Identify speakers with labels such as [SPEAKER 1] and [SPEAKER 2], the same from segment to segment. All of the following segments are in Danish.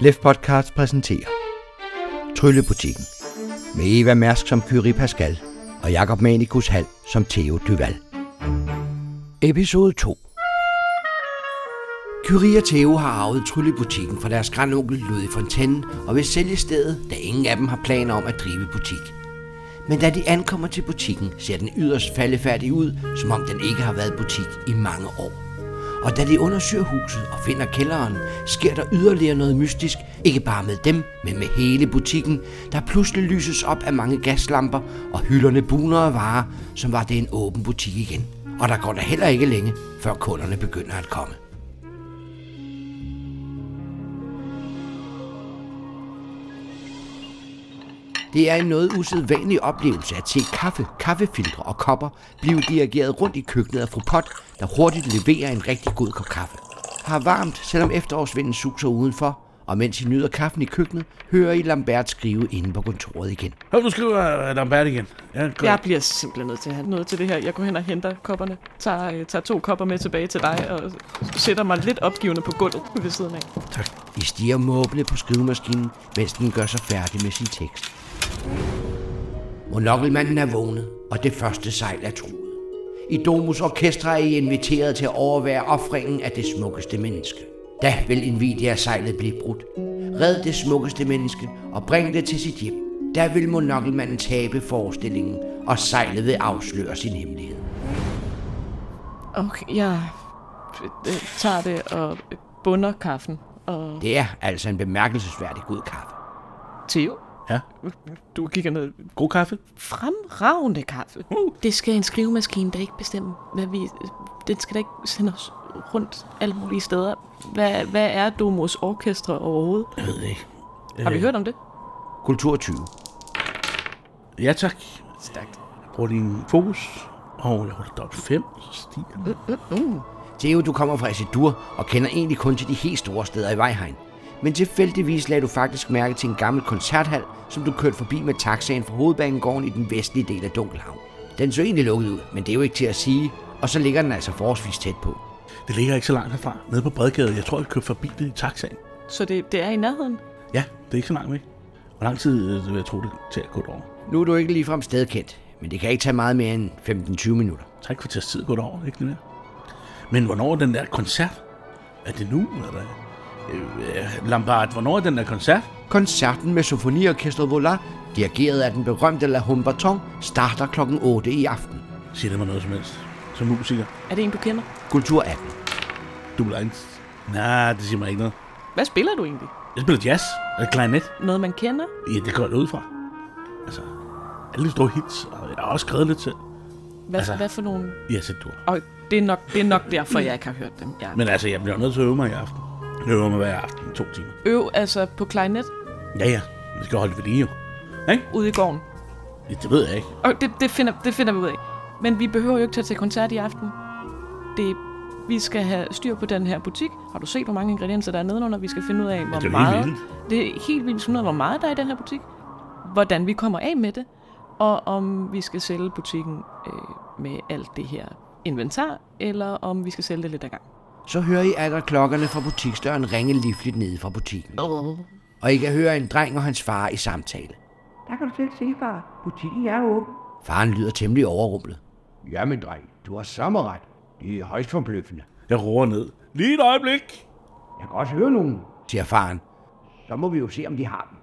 [SPEAKER 1] Lef Podcast præsenterer Tryllebutikken med Eva Mærsk som Kyrie Pascal og Jakob Manikus Hal som Theo Duval. Episode 2 Kyrie og Theo har arvet Tryllebutikken fra deres grandonkel Ludvig Fontaine og vil sælge stedet, da ingen af dem har planer om at drive butik. Men da de ankommer til butikken, ser den yderst faldefærdig ud, som om den ikke har været butik i mange år. Og da de undersøger huset og finder kælderen, sker der yderligere noget mystisk, ikke bare med dem, men med hele butikken, der pludselig lyses op af mange gaslamper, og hylderne buner af varer, som var det en åben butik igen. Og der går der heller ikke længe, før kunderne begynder at komme. Det er en noget usædvanlig oplevelse at se kaffe, kaffefiltre og kopper blive dirigeret rundt i køkkenet af fru Pot, der hurtigt leverer en rigtig god kop kaffe. Har varmt, selvom efterårsvinden suser udenfor, og mens I nyder kaffen i køkkenet, hører I Lambert skrive inde på kontoret igen.
[SPEAKER 2] Hør, nu skriver uh, Lambert igen. Ja, godt.
[SPEAKER 3] Jeg bliver simpelthen nødt til at have noget til det her. Jeg går hen og henter kopperne, tager, øh, tager to kopper med tilbage til dig, og sætter mig lidt opgivende på gulvet ved siden af.
[SPEAKER 2] Tak.
[SPEAKER 1] I stiger måbende på skrivemaskinen, mens den gør sig færdig med sin tekst. Monokkelmanden er vågnet, og det første sejl er truet. I Domus Orkestra er I inviteret til at overvære offringen af det smukkeste menneske. Da vil Nvidia-sejlet blive brudt. Red det smukkeste menneske og bring det til sit hjem. Der vil monokkelmanden tabe forestillingen, og sejlet vil afsløre sin hemmelighed.
[SPEAKER 3] Okay, jeg øh, øh, tager det og øh, bunder kaffen. Og
[SPEAKER 1] Det er altså en bemærkelsesværdig god kaffe.
[SPEAKER 3] Theo,
[SPEAKER 2] Ja.
[SPEAKER 3] du kigger ned.
[SPEAKER 2] God kaffe.
[SPEAKER 3] Fremragende kaffe. Det skal en skrivemaskine, der ikke bestemme, hvad vi... øh, Den skal da ikke sende os rundt alle mulige steder. Hvad, hvad er Domos Orkestra overhovedet?
[SPEAKER 2] Jeg ved ikke. Øh,
[SPEAKER 3] Har vi hørt om det?
[SPEAKER 1] Kultur 20.
[SPEAKER 2] Ja, tak.
[SPEAKER 3] Stærkt.
[SPEAKER 2] Jeg bruger din fokus. Og jeg holder dobbelt 5, så stiger den.
[SPEAKER 1] Theo, du kommer fra Asidur og kender egentlig kun til de helt store steder i Vejhegn. Men tilfældigvis lagde du faktisk mærke til en gammel koncerthal, som du kørte forbi med taxaen fra hovedbanegården i den vestlige del af Dunkelhavn. Den så egentlig lukket ud, men det er jo ikke til at sige, og så ligger den altså forholdsvis tæt på.
[SPEAKER 2] Det ligger ikke så langt herfra. Nede på Bredgade. Jeg tror, jeg købte forbi det i taxaen.
[SPEAKER 3] Så det, det er i nærheden?
[SPEAKER 2] Ja, det er ikke så langt væk. Hvor lang tid øh, vil jeg tro, det tager at gå over?
[SPEAKER 1] Nu er du ikke ligefrem stedkendt, men det kan ikke tage meget mere end 15-20 minutter.
[SPEAKER 2] Tre kvarters tid går over, ikke det mere? Men hvornår er den der koncert? Er det nu, eller hvad? Øh, øh, Lambert, hvornår er den der koncert?
[SPEAKER 1] Koncerten med Symfoniorkestret Volar, dirigeret af den berømte La Humberton, starter kl. 8 i aften.
[SPEAKER 2] Siger det mig noget som helst. Som musiker.
[SPEAKER 3] Er det en, du kender?
[SPEAKER 1] Kultur 18.
[SPEAKER 2] Du blinds. Nej, det siger mig ikke noget.
[SPEAKER 3] Hvad spiller du egentlig?
[SPEAKER 2] Jeg spiller jazz. Eller klarinet.
[SPEAKER 3] Noget, man kender?
[SPEAKER 2] Ja, det går jeg da ud fra. Altså, alle de store hits, og jeg har også skrevet lidt til.
[SPEAKER 3] Hvad,
[SPEAKER 2] Altså-
[SPEAKER 3] altså, hvad for nogle...
[SPEAKER 2] I har set du.
[SPEAKER 3] Og det er, nok, det er nok derfor, jeg ikke har hørt dem. Jeg
[SPEAKER 2] Men altså, jeg bliver nødt til at øve mig i aften. Jeg øver mig hver aften i to timer.
[SPEAKER 3] øv altså på klarinet
[SPEAKER 2] Ja, ja. Vi skal holde det ved lige, jo. Ikke?
[SPEAKER 3] ude i gården.
[SPEAKER 2] Ja, det ved jeg ikke.
[SPEAKER 3] Og det, det, finder, det finder vi ud af. Men vi behøver jo ikke tage til koncert i aften. Det, vi skal have styr på den her butik. Har du set, hvor mange ingredienser der er nedenunder? Vi skal finde ud af, hvor
[SPEAKER 2] det er jo helt
[SPEAKER 3] meget...
[SPEAKER 2] vildt.
[SPEAKER 3] Det er helt vildt. finde ud af, hvor meget der er i den her butik. Hvordan vi kommer af med det. Og om vi skal sælge butikken øh, med alt det her inventar, eller om vi skal sælge det lidt ad gang.
[SPEAKER 1] Så hører I atter klokkerne fra butiksdøren ringe livligt nede fra butikken. Og I kan høre en dreng og hans far i samtale.
[SPEAKER 4] Der kan du selv se, far. Butikken er åben.
[SPEAKER 1] Faren lyder temmelig overrumplet. Jamen, dreng, du har sommerret. Det er højst forbløffende.
[SPEAKER 2] Jeg roer ned. Lige et øjeblik.
[SPEAKER 4] Jeg kan også høre nogen.
[SPEAKER 1] Siger faren.
[SPEAKER 4] Så må vi jo se, om de har dem.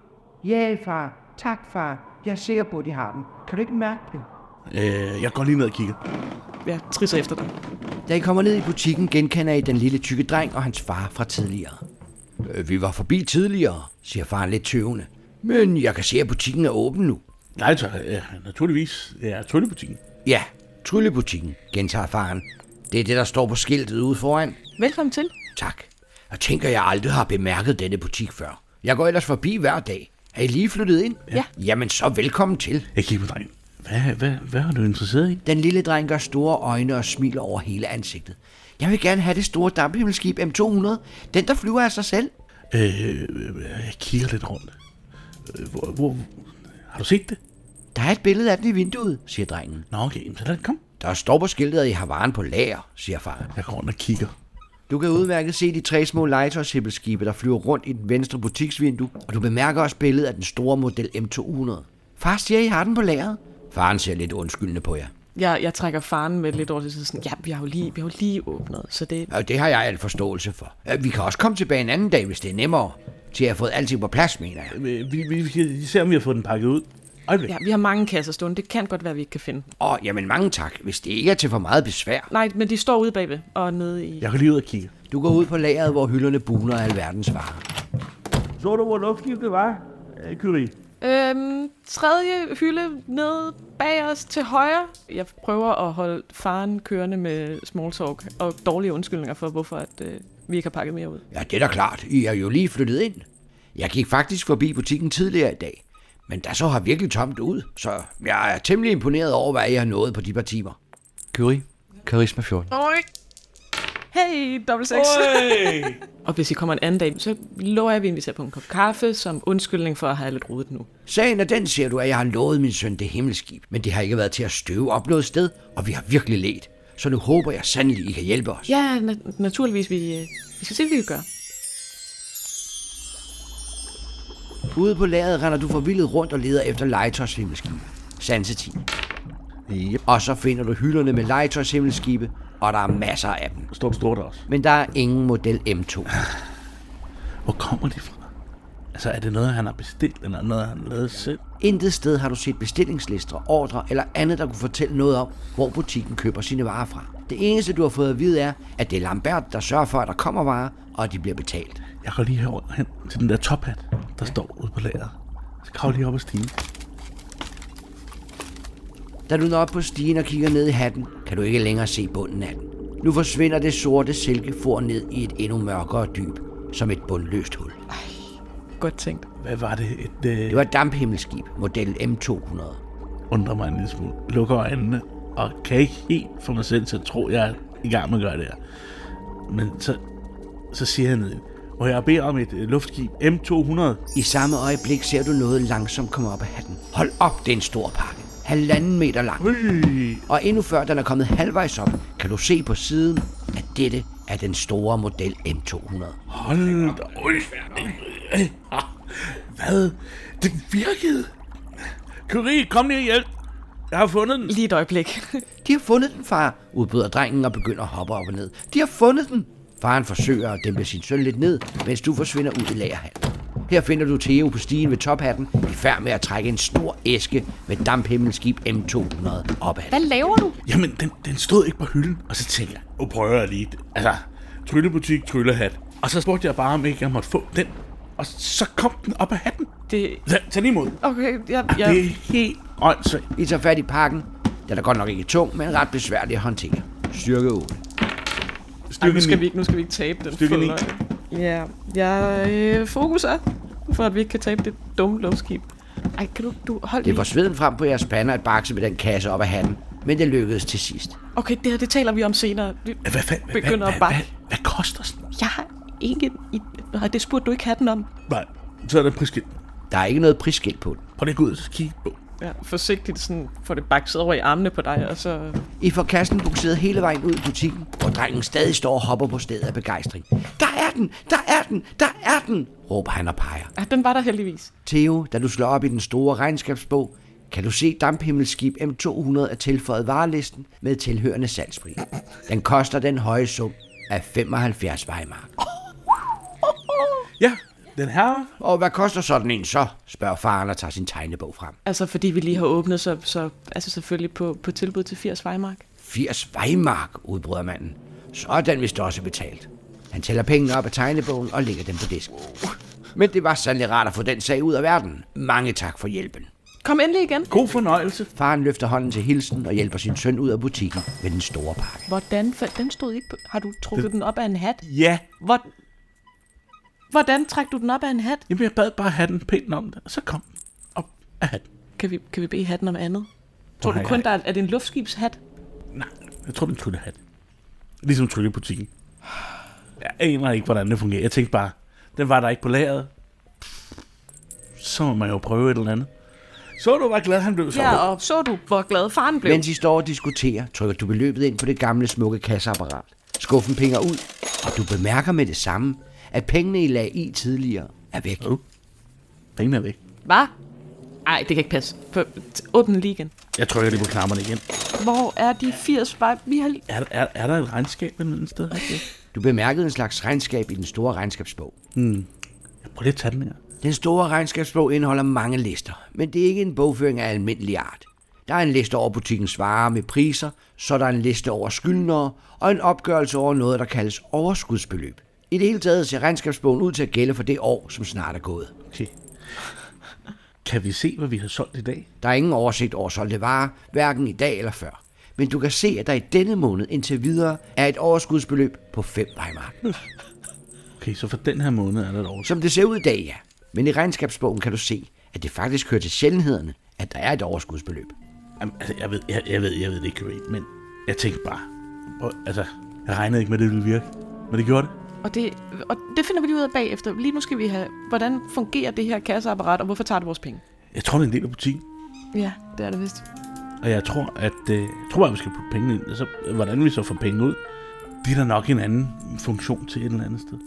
[SPEAKER 4] Ja, far. Tak, far. Jeg er sikker på, at de har dem. Kan du ikke mærke det?
[SPEAKER 2] Øh, jeg går lige ned og kigger.
[SPEAKER 3] Jeg trisser efter dig.
[SPEAKER 1] Da I kommer ned i butikken, genkender I den lille tykke dreng og hans far fra tidligere. "Øh, Vi var forbi tidligere, siger faren lidt tøvende. Men jeg kan se, at butikken er åben nu.
[SPEAKER 2] Nej, så øh, naturligvis. Det er tøllebutikken.
[SPEAKER 1] Ja, tryllebutikken, gentager faren. Det er det, der står på skiltet ude foran.
[SPEAKER 3] Velkommen til.
[SPEAKER 1] Tak. Jeg tænker, jeg aldrig har bemærket denne butik før. Jeg går ellers forbi hver dag. Er I lige flyttet ind?
[SPEAKER 3] Ja.
[SPEAKER 1] Jamen så velkommen til.
[SPEAKER 2] Jeg kigger på drengen. Hvad, hvad, hvad er du interesseret i?
[SPEAKER 1] Den lille dreng gør store øjne og smiler over hele ansigtet. Jeg vil gerne have det store damphimmelskib M200. Den, der flyver af sig selv.
[SPEAKER 2] Øh, øh, jeg kigger lidt rundt. Øh, hvor, hvor, har du set det?
[SPEAKER 1] Der er et billede af den i vinduet, siger drengen.
[SPEAKER 2] Nå, okay. Jamen, Så lad, kom.
[SPEAKER 1] Der står på skiltet, at I har varen på lager, siger faren.
[SPEAKER 2] Jeg går rundt og kigger.
[SPEAKER 1] Du kan udmærket se de tre små legetøjshippelskibe, der flyver rundt i den venstre butiksvindue, og du bemærker også billedet af den store model M200. Far siger, I har den på lageret. Faren ser lidt undskyldende på jer.
[SPEAKER 3] Jeg, jeg trækker faren med lidt over til siden. sådan, Ja, vi har jo lige, vi har jo lige åbnet, så det...
[SPEAKER 1] Og det har jeg al forståelse for. Øh, Vi kan også komme tilbage en anden dag, hvis det er nemmere. Til at have fået alting på plads, mener jeg.
[SPEAKER 2] Øh, Vi, vi, vi skal lige se, om vi har fået den pakket ud. Øjeblik.
[SPEAKER 3] Ja, vi har mange kasser stående. Det kan godt være, vi ikke kan finde. dem.
[SPEAKER 1] Og jamen mange tak, hvis det ikke er til for meget besvær.
[SPEAKER 3] Nej, men de står ude bagved og nede i...
[SPEAKER 2] Jeg kan lige ud og kigge.
[SPEAKER 1] Du går ud på lageret, hvor hylderne buner af alverdens varer.
[SPEAKER 2] Så du, hvor luftigt det var, øh, Kyrie?
[SPEAKER 3] Øhm, tredje hylde nede bag os til højre. Jeg prøver at holde faren kørende med small talk og dårlige undskyldninger for, hvorfor at, øh, vi ikke har pakket mere ud.
[SPEAKER 1] Ja, det er da klart. I er jo lige flyttet ind. Jeg gik faktisk forbi butikken tidligere i dag. Men der så har virkelig tomt ud, så jeg er temmelig imponeret over, hvad jeg har nået på de par timer. Kyrie, karisma 14.
[SPEAKER 3] Oi. Hey, dobbelt seks. og hvis I kommer en anden dag, så lover jeg, at vi inviterer på en kop kaffe som undskyldning for at have lidt rodet nu.
[SPEAKER 1] Sagen er den, ser du, at jeg har lovet min søn det himmelskib, men det har ikke været til at støve op noget sted, og vi har virkelig let. Så nu håber jeg sandelig, I kan hjælpe os.
[SPEAKER 3] Ja, na- naturligvis. Vi, øh, vi skal se, hvad vi kan gøre.
[SPEAKER 1] Ude på lageret render du forvildet rundt og leder efter legetøjshimmelskibe. Sansetid.
[SPEAKER 2] Yep.
[SPEAKER 1] Og så finder du hylderne med legetøjshimmelskibe, og der er masser af dem.
[SPEAKER 2] Står du stort også?
[SPEAKER 1] Men der er ingen model M2.
[SPEAKER 2] Hvor kommer de fra? Altså, er det noget, han har bestilt, eller noget, han har lavet selv?
[SPEAKER 1] Intet sted har du set bestillingslister, ordre eller andet, der kunne fortælle noget om, hvor butikken køber sine varer fra. Det eneste, du har fået at vide er, at det er Lambert, der sørger for, at der kommer varer, og at de bliver betalt.
[SPEAKER 2] Jeg går lige herover hen til den der tophat, der står ude på lageret. Så kravler lige op ad stigen.
[SPEAKER 1] Da du når op på stigen og kigger ned i hatten, kan du ikke længere se bunden af den. Nu forsvinder det sorte silkefor ned i et endnu mørkere dyb, som et bundløst hul.
[SPEAKER 3] Godt tænkt.
[SPEAKER 2] Hvad var det? Et, øh,
[SPEAKER 1] Det var et damphimmelskib, model M200.
[SPEAKER 2] undrer mig en lille smule. Lukker øjnene, og kan ikke helt få mig selv til at tro, jeg er i gang med at gøre det her. Men så, så siger han, øh, og jeg beder om et øh, luftskib M200
[SPEAKER 1] I samme øjeblik ser du noget langsomt komme op af hatten. Hold op, det er en stor pakke. Halvanden meter lang.
[SPEAKER 2] Ui,
[SPEAKER 1] Og endnu før den er kommet halvvejs op, kan du se på siden, at dette er den store model M200.
[SPEAKER 2] hold da. Ui, øh, øh, ah, Hvad? Det virkede. Curie, kom lige og hjælp. Jeg har fundet den.
[SPEAKER 3] Lige et øjeblik.
[SPEAKER 1] De har fundet den, far, udbryder drengen og begynder at hoppe op og ned. De har fundet den! Faren forsøger at dæmpe sin søn lidt ned, mens du forsvinder ud i lagerhallen. Her finder du Theo på stigen ved tophatten, i færd med at trække en stor æske med damphimmelskib M200 op ad.
[SPEAKER 3] Hvad laver du?
[SPEAKER 2] Jamen, den, den stod ikke på hylden. Og så tænkte jeg, nu prøver jeg lige. det." Altså, tryllebutik, tryllehat. Og så spurgte jeg bare, om ikke jeg måtte få den. Og så kom den op af hatten.
[SPEAKER 3] Det...
[SPEAKER 2] Tag, tag den imod.
[SPEAKER 3] Okay, jeg,
[SPEAKER 2] Ja. Det
[SPEAKER 3] jeg,
[SPEAKER 2] er helt åndssvagt.
[SPEAKER 1] I tager fat i pakken. Den er godt nok ikke tung, men ret besværlig at håndtere. Styrke 8.
[SPEAKER 3] Ej, nu,
[SPEAKER 2] Styrke
[SPEAKER 3] skal
[SPEAKER 2] skal
[SPEAKER 3] vi ikke, nu skal vi ikke tabe den.
[SPEAKER 2] Stykke ni.
[SPEAKER 3] fodløg. Ja, jeg øh, fokuser, for at vi ikke kan tabe det dumme luftskib. Ej, kan du, du hold
[SPEAKER 1] Det
[SPEAKER 3] lige.
[SPEAKER 1] var sveden frem på jeres pander at bakse med den kasse op af hatten, men det lykkedes til sidst.
[SPEAKER 3] Okay, det her, det taler vi om senere. Vi
[SPEAKER 2] Hvad fanden? Hvad, hvad,
[SPEAKER 3] begynder
[SPEAKER 2] hvad,
[SPEAKER 3] at bakke.
[SPEAKER 2] hvad, hvad koster sådan noget?
[SPEAKER 3] Jeg har ikke... I, nej, det spurgte du ikke have den om.
[SPEAKER 2] Nej, så er der prisskilt.
[SPEAKER 1] Der er ikke noget prisskilt på den.
[SPEAKER 2] Prøv lige at gå ud og kigge på.
[SPEAKER 3] Ja, forsigtigt sådan, får det bakset over i armene på dig, og så...
[SPEAKER 1] I får kassen bukseret hele vejen ud i butikken, hvor drengen stadig står og hopper på stedet af begejstring. Der er den! Der er den! Der er den! råber han og peger.
[SPEAKER 3] Ja, den var der heldigvis.
[SPEAKER 1] Theo, da du slår op i den store regnskabsbog, kan du se damphimmelskib M200 er tilføjet varelisten med tilhørende salgspris. Den koster den høje sum af 75 vejmark.
[SPEAKER 2] Ja, den her.
[SPEAKER 1] Og hvad koster sådan en så? spørger faren og tager sin tegnebog frem.
[SPEAKER 3] Altså, fordi vi lige har åbnet, så, så altså selvfølgelig på, på tilbud til 80 Vejmark.
[SPEAKER 1] 80 vejmark, udbryder manden. Så er den vist også betalt. Han tæller pengene op af tegnebogen og lægger dem på disken. Men det var sandelig rart at få den sag ud af verden. Mange tak for hjælpen.
[SPEAKER 3] Kom endelig igen.
[SPEAKER 2] God fornøjelse.
[SPEAKER 1] Faren løfter hånden til hilsen og hjælper sin søn ud af butikken med den store pakke.
[SPEAKER 3] Hvordan? For den stod ikke på... Har du trukket den op af en hat?
[SPEAKER 2] Ja.
[SPEAKER 3] Hvor, hvordan trak du den op af en hat?
[SPEAKER 2] Jamen, jeg bad bare hatten pænt om det, og så kom den op af hatten.
[SPEAKER 3] Kan vi, kan vi bede hatten om andet? Tror
[SPEAKER 2] Nej,
[SPEAKER 3] du kun,
[SPEAKER 2] nej.
[SPEAKER 3] der er, er det en luftskibshat?
[SPEAKER 2] Nej, jeg tror, det er en tryllehat. Ligesom tryllebutikken. Jeg aner ikke, hvordan det fungerer. Jeg tænkte bare, den var der ikke på lageret. Så må man jo prøve et eller andet. Så du, var glad han blev så?
[SPEAKER 3] Ja, og så du, hvor glad faren blev.
[SPEAKER 1] Mens I står og diskuterer, trykker du beløbet ind på det gamle smukke kasseapparat. Skuffen pinger ud, og du bemærker med det samme, at pengene I lagde i tidligere er væk.
[SPEAKER 2] Pengene er væk.
[SPEAKER 3] Hvad? Ej, det kan ikke passe. F- t- Åbn den lige igen.
[SPEAKER 2] Jeg trykker lige på knapperne igen.
[SPEAKER 3] Hvor er de 80 vej? Vi har...
[SPEAKER 2] Er, er, er der et regnskab et eller andet sted?
[SPEAKER 1] Du bemærkede en slags regnskab i den store regnskabsbog.
[SPEAKER 2] Jeg prøver lige at tage den her.
[SPEAKER 1] Den store regnskabsbog indeholder mange lister, men det er ikke en bogføring af almindelig art. Der er en liste over butikkens varer med priser, så er der en liste over skyldnere og en opgørelse over noget, der kaldes overskudsbeløb. I det hele taget ser regnskabsbogen ud til at gælde for det år, som snart er gået.
[SPEAKER 2] Okay. Kan vi se, hvad vi har solgt i dag?
[SPEAKER 1] Der er ingen oversigt over solgte varer, hverken i dag eller før. Men du kan se, at der i denne måned indtil videre er et overskudsbeløb på 5 Weimark.
[SPEAKER 2] Okay, så for den her måned er der et overskud.
[SPEAKER 1] Som det ser ud i dag, ja. Men i regnskabsbogen kan du se, at det faktisk hører til sjældenhederne, at der er et overskudsbeløb.
[SPEAKER 2] Jamen, altså, jeg ved, jeg, jeg ved, jeg ved det ikke, Ray, men jeg tænkte bare, prøv, altså, jeg regnede ikke med, at det ville virke, men det gjorde det.
[SPEAKER 3] Og det, og det finder vi lige ud af bagefter. Lige nu skal vi have, hvordan fungerer det her kasseapparat, og hvorfor tager det vores penge?
[SPEAKER 2] Jeg tror, det er en del af butikken,
[SPEAKER 3] Ja, det er det vist.
[SPEAKER 2] og jeg tror, at øh, jeg tror, at vi skal putte pengene ind, og så, hvordan vi så får penge ud, det er der nok en anden funktion til et eller andet sted.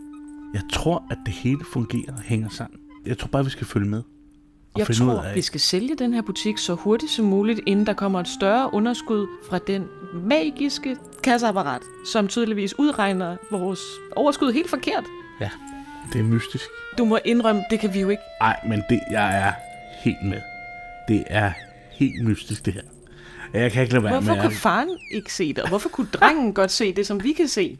[SPEAKER 2] Jeg tror, at det hele fungerer og hænger sammen. Jeg tror bare, vi skal følge med. Og
[SPEAKER 3] Jeg
[SPEAKER 2] finde ud
[SPEAKER 3] tror,
[SPEAKER 2] af,
[SPEAKER 3] vi skal sælge den her butik så hurtigt som muligt, inden der kommer et større underskud fra den magiske kasseapparat, som tydeligvis udregner vores overskud helt forkert.
[SPEAKER 2] Ja, det er mystisk.
[SPEAKER 3] Du må indrømme, det kan vi jo ikke.
[SPEAKER 2] Nej, men det, jeg er helt med. Det er helt mystisk, det her. Jeg kan ikke lade være
[SPEAKER 3] Hvorfor
[SPEAKER 2] med
[SPEAKER 3] kunne faren ikke se det, og hvorfor kunne drengen godt se det, som vi kan se?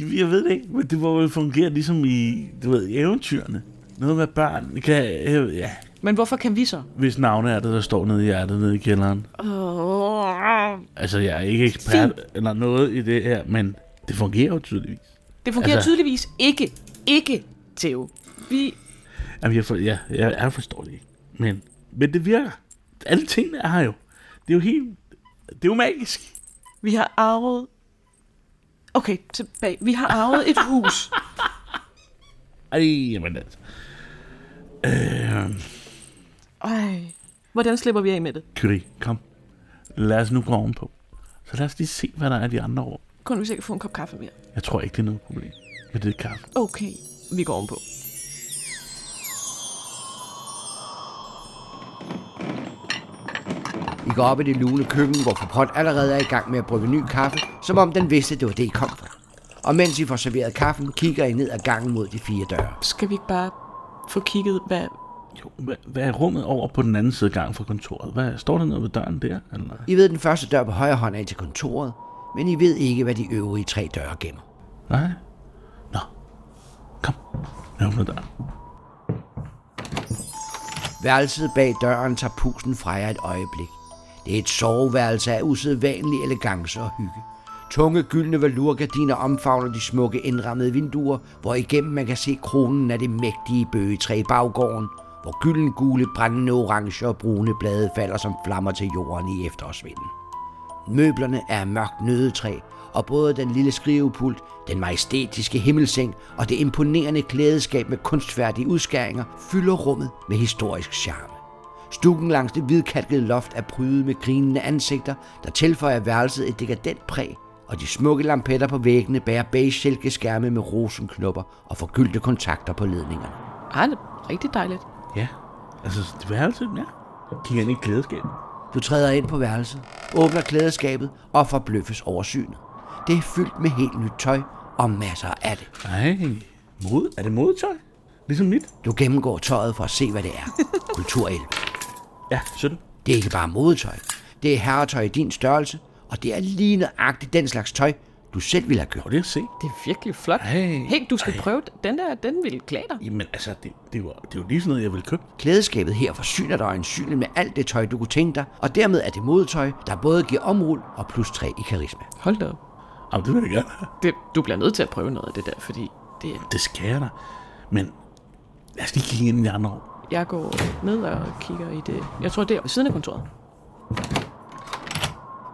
[SPEAKER 2] at... Jeg ved det ikke, men det må vel fungere ligesom i, du ved, i eventyrene. Noget med børn. Kan, øh, ja,
[SPEAKER 3] Men hvorfor kan vi så?
[SPEAKER 2] hvis navne er det, der står nede i hjertet nede i kælderen.
[SPEAKER 3] Åh,
[SPEAKER 2] Altså, jeg er ikke ekspert eller noget i det her, men det fungerer jo tydeligvis.
[SPEAKER 3] Det fungerer
[SPEAKER 2] Altså-
[SPEAKER 3] altså... tydeligvis ikke. Ikke, Theo. Vi...
[SPEAKER 2] Jamen, jeg, for, ja, jeg, jeg forstår det ikke. Men, men det virker. Alle tingene er her jo. Det er jo helt... Det er jo magisk.
[SPEAKER 3] Vi har arvet... Okay, tilbage. Vi har arvet et hus.
[SPEAKER 2] Ej, jamen altså. Øh,
[SPEAKER 3] Ej. Hvordan slipper vi af med det?
[SPEAKER 2] Kyrie, kom. Lad os nu gå ovenpå. Så lad os lige se, hvad der er i de andre år.
[SPEAKER 3] Kun hvis jeg kan få en kop kaffe mere.
[SPEAKER 2] Jeg tror ikke, det er noget problem med det kaffe.
[SPEAKER 3] Okay, vi går ovenpå.
[SPEAKER 1] I går op i det lune køkken, hvor Popot allerede er i gang med at brygge ny kaffe, som om den vidste, det var det, I kom fra. Og mens I får serveret kaffen, kigger I ned ad gangen mod de fire døre.
[SPEAKER 3] Skal vi ikke bare få kigget, hvad...
[SPEAKER 2] Jo, hvad, hvad er rummet over på den anden side af gangen fra kontoret? Hvad, står der noget ved døren der? Eller?
[SPEAKER 1] I ved, den første dør på højre hånd er ind til kontoret, men I ved ikke, hvad de øvrige tre døre gemmer.
[SPEAKER 2] Nej. Nå. Kom. Jeg åbner døren.
[SPEAKER 1] Værelset bag døren tager pusen fra jer et øjeblik. Det er et soveværelse af usædvanlig elegance og hygge. Tunge gyldne valurgardiner omfavner de smukke indrammede vinduer, hvor igennem man kan se kronen af det mægtige bøgetræ i baggården, hvor gylden gule, brændende orange og brune blade falder som flammer til jorden i efterårsvinden. Møblerne er af mørkt nødetræ, og både den lille skrivepult, den majestætiske himmelseng og det imponerende klædeskab med kunstfærdige udskæringer fylder rummet med historisk charme. Stukken langs det hvidkalkede loft er prydet med grinende ansigter, der tilføjer værelset et dekadent præg, og de smukke lampetter på væggene bærer beige silkeskærme med rosenknopper og forgyldte kontakter på ledningerne.
[SPEAKER 3] Ej, det er rigtig dejligt.
[SPEAKER 2] Ja. Altså, det var altid, ja. Kigger ind i klædeskabet.
[SPEAKER 1] Du træder ind på værelset, åbner klædeskabet og forbløffes over synet. Det er fyldt med helt nyt tøj og masser af det.
[SPEAKER 2] Ej. Mod, er det modetøj? Ligesom mit?
[SPEAKER 1] Du gennemgår tøjet for at se, hvad det er. Kulturelv.
[SPEAKER 2] Ja, 17.
[SPEAKER 1] Det er ikke bare modetøj. Det er herretøj i din størrelse, og det er lige nøjagtigt den slags tøj, du selv ville have
[SPEAKER 2] Og
[SPEAKER 1] købt.
[SPEAKER 2] det er se.
[SPEAKER 3] Det er virkelig flot.
[SPEAKER 2] Ej.
[SPEAKER 3] Hey, du skal prøve den. den der. Den vil klæde dig.
[SPEAKER 2] Jamen altså, det, det, var, det var lige sådan noget, jeg ville købe.
[SPEAKER 1] Klædeskabet her forsyner dig øjensynligt med alt det tøj, du kunne tænke dig, og dermed er det modetøj, der både giver omrul og plus 3 i karisma.
[SPEAKER 3] Hold da op.
[SPEAKER 2] Jamen, det vil jeg gerne.
[SPEAKER 3] Det, du bliver nødt til at prøve noget af det der, fordi det,
[SPEAKER 2] Det skal jeg da. Men lad os lige kigge ind i de andre år.
[SPEAKER 3] jeg går ned og kigger i det. Jeg tror, det er ved siden af kontoret.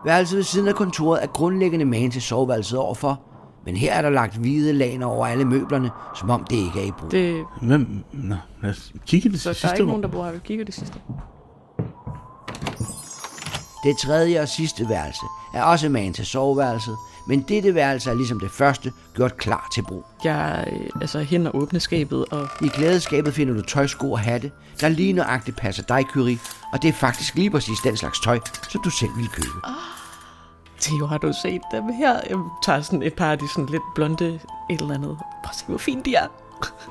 [SPEAKER 1] Værelset ved siden af kontoret er grundlæggende magen til soveværelset overfor, men her er der lagt hvide laner over alle møblerne, som om det ikke er i brug.
[SPEAKER 3] Det,
[SPEAKER 2] Hvem? Nå, lad os kigge i det
[SPEAKER 3] så
[SPEAKER 2] sidste
[SPEAKER 3] der er ikke
[SPEAKER 2] rum.
[SPEAKER 3] nogen, der bor her. Vi kigger det sidste.
[SPEAKER 1] Det tredje og sidste værelse er også magen til soveværelset, men dette værelse er ligesom det første gjort klar til brug.
[SPEAKER 3] Jeg øh, altså hen og åbne skabet, og
[SPEAKER 1] I klædeskabet finder du tøjsko og hatte, der lige nøjagtigt passer dig, Kyrie, og det er faktisk lige præcis den slags tøj, som du selv vil købe.
[SPEAKER 3] Theo, har du set dem her? Jeg tager sådan et par af de sådan lidt blonde et eller andet. Prøv at se, hvor fint de er.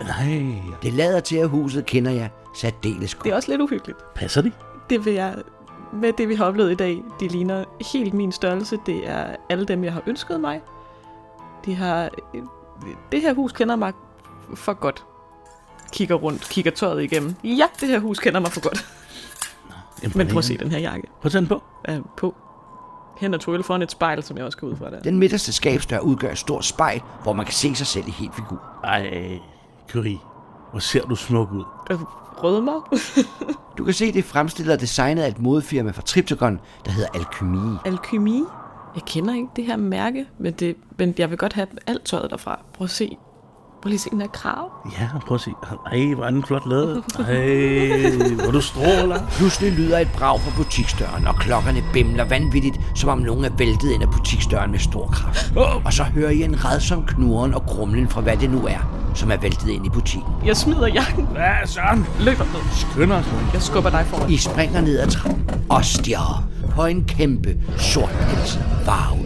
[SPEAKER 2] Nej,
[SPEAKER 1] Det lader til, at huset kender jeg særdeles godt.
[SPEAKER 3] Det er også lidt uhyggeligt.
[SPEAKER 2] passer de?
[SPEAKER 3] Det vil jeg, med det vi har oplevet i dag, de ligner helt min størrelse. Det er alle dem, jeg har ønsket mig. De har, det her hus kender mig for godt. Kigger rundt, kigger tøjet igennem. Ja, det her hus kender mig for godt. Men prøv at se den her jakke
[SPEAKER 2] Prøv at tage den på.
[SPEAKER 3] er på. Hen og trylle foran et spejl, som jeg også går ud fra der.
[SPEAKER 1] Den midterste skabsdør udgør et stort spejl, hvor man kan se sig selv i helt figur.
[SPEAKER 2] Ej, Curie, hvor ser du smuk ud.
[SPEAKER 3] Øh, Rødmer?
[SPEAKER 1] Du kan se, det er fremstillet og designet af et modefirma fra Triptychon, der hedder Alkymi.
[SPEAKER 3] Alkymi? Jeg kender ikke det her mærke, men, det, men jeg vil godt have alt tøjet derfra. Prøv at se. Prøv lige at se den her krav.
[SPEAKER 2] Ja, prøv at se. Ej, hvor er den flot lavet. Ej, hvor du stråler.
[SPEAKER 1] Pludselig lyder et brag fra butiksdøren, og klokkerne bimler vanvittigt, som om nogen er væltet ind af butiksdøren med stor kraft. Og så hører I en redsom knurren og grumlen fra hvad det nu er, som er væltet ind i butikken.
[SPEAKER 3] Jeg smider jakken.
[SPEAKER 2] Ja, Søren.
[SPEAKER 3] Løber ned.
[SPEAKER 2] Skynd os, mand.
[SPEAKER 3] Jeg skubber dig foran.
[SPEAKER 1] I springer ned ad trappen og stjerrer på en kæmpe sortpelset varulv.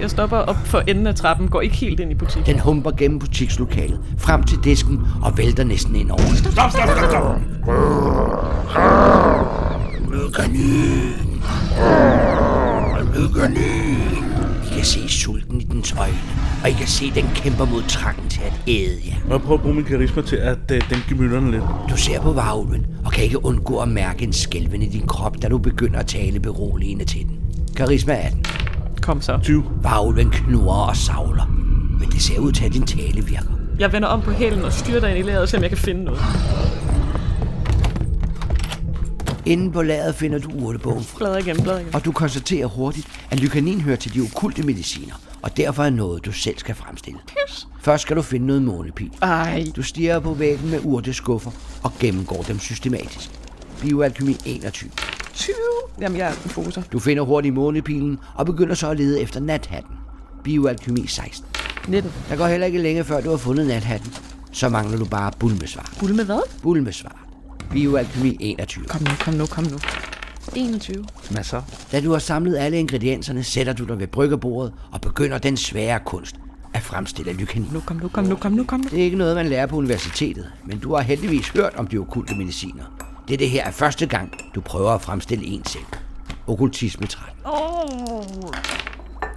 [SPEAKER 3] Jeg stopper op for enden af trappen, går ikke helt ind i butikken.
[SPEAKER 1] Den humper gennem butikslokalet, frem til disken og vælter næsten ind over. Stop, stop, stop, stop! Mødkanin! Mødkanin! I kan se sulten i dens øjne, og I kan se, den kæmper mod trangen til at æde jer.
[SPEAKER 2] Må jeg prøve at bruge min karisma til at øh, dæmpe gemylderne lidt?
[SPEAKER 1] Du ser på varulven og kan ikke undgå at mærke en skælven i din krop, da du begynder at tale beroligende til den. Karisma 18.
[SPEAKER 3] Kom så.
[SPEAKER 2] 20.
[SPEAKER 1] Varulven knurrer og savler, men det ser ud til, at din tale virker.
[SPEAKER 3] Jeg vender om på hælen og styrter ind i lageret, så jeg kan finde noget.
[SPEAKER 1] Inden på lageret finder du urtebogen
[SPEAKER 3] Bladrer igen, bladrer igen.
[SPEAKER 1] og du konstaterer hurtigt, at lykanin hører til de okulte mediciner, og derfor er noget, du selv skal fremstille.
[SPEAKER 3] Pis.
[SPEAKER 1] Først skal du finde noget månepil.
[SPEAKER 3] Ej.
[SPEAKER 1] Du stiger på væggen med urteskuffer og gennemgår dem systematisk. Bioalkemi 21.
[SPEAKER 3] 20. Jamen, jeg er en poser.
[SPEAKER 1] Du finder hurtigt månepilen og begynder så at lede efter nathatten. Bioalkemi 16.
[SPEAKER 3] 19.
[SPEAKER 1] Der går heller ikke længe før du har fundet nathatten. Så mangler du bare bulmesvar.
[SPEAKER 3] Bulle med hvad?
[SPEAKER 1] Bulmesvar. Bioalkemi 21.
[SPEAKER 3] Kom nu, kom nu, kom nu. 21.
[SPEAKER 2] Masser.
[SPEAKER 1] Da du har samlet alle ingredienserne, sætter du dig ved bryggerbordet og begynder den svære kunst at fremstille lykanin.
[SPEAKER 3] Nu, kom nu, kom nu, kom nu, kom nu.
[SPEAKER 1] Det er ikke noget, man lærer på universitetet, men du har heldigvis hørt om de okulte mediciner. Det er det her er første gang, du prøver at fremstille en selv. Okkultisme 13.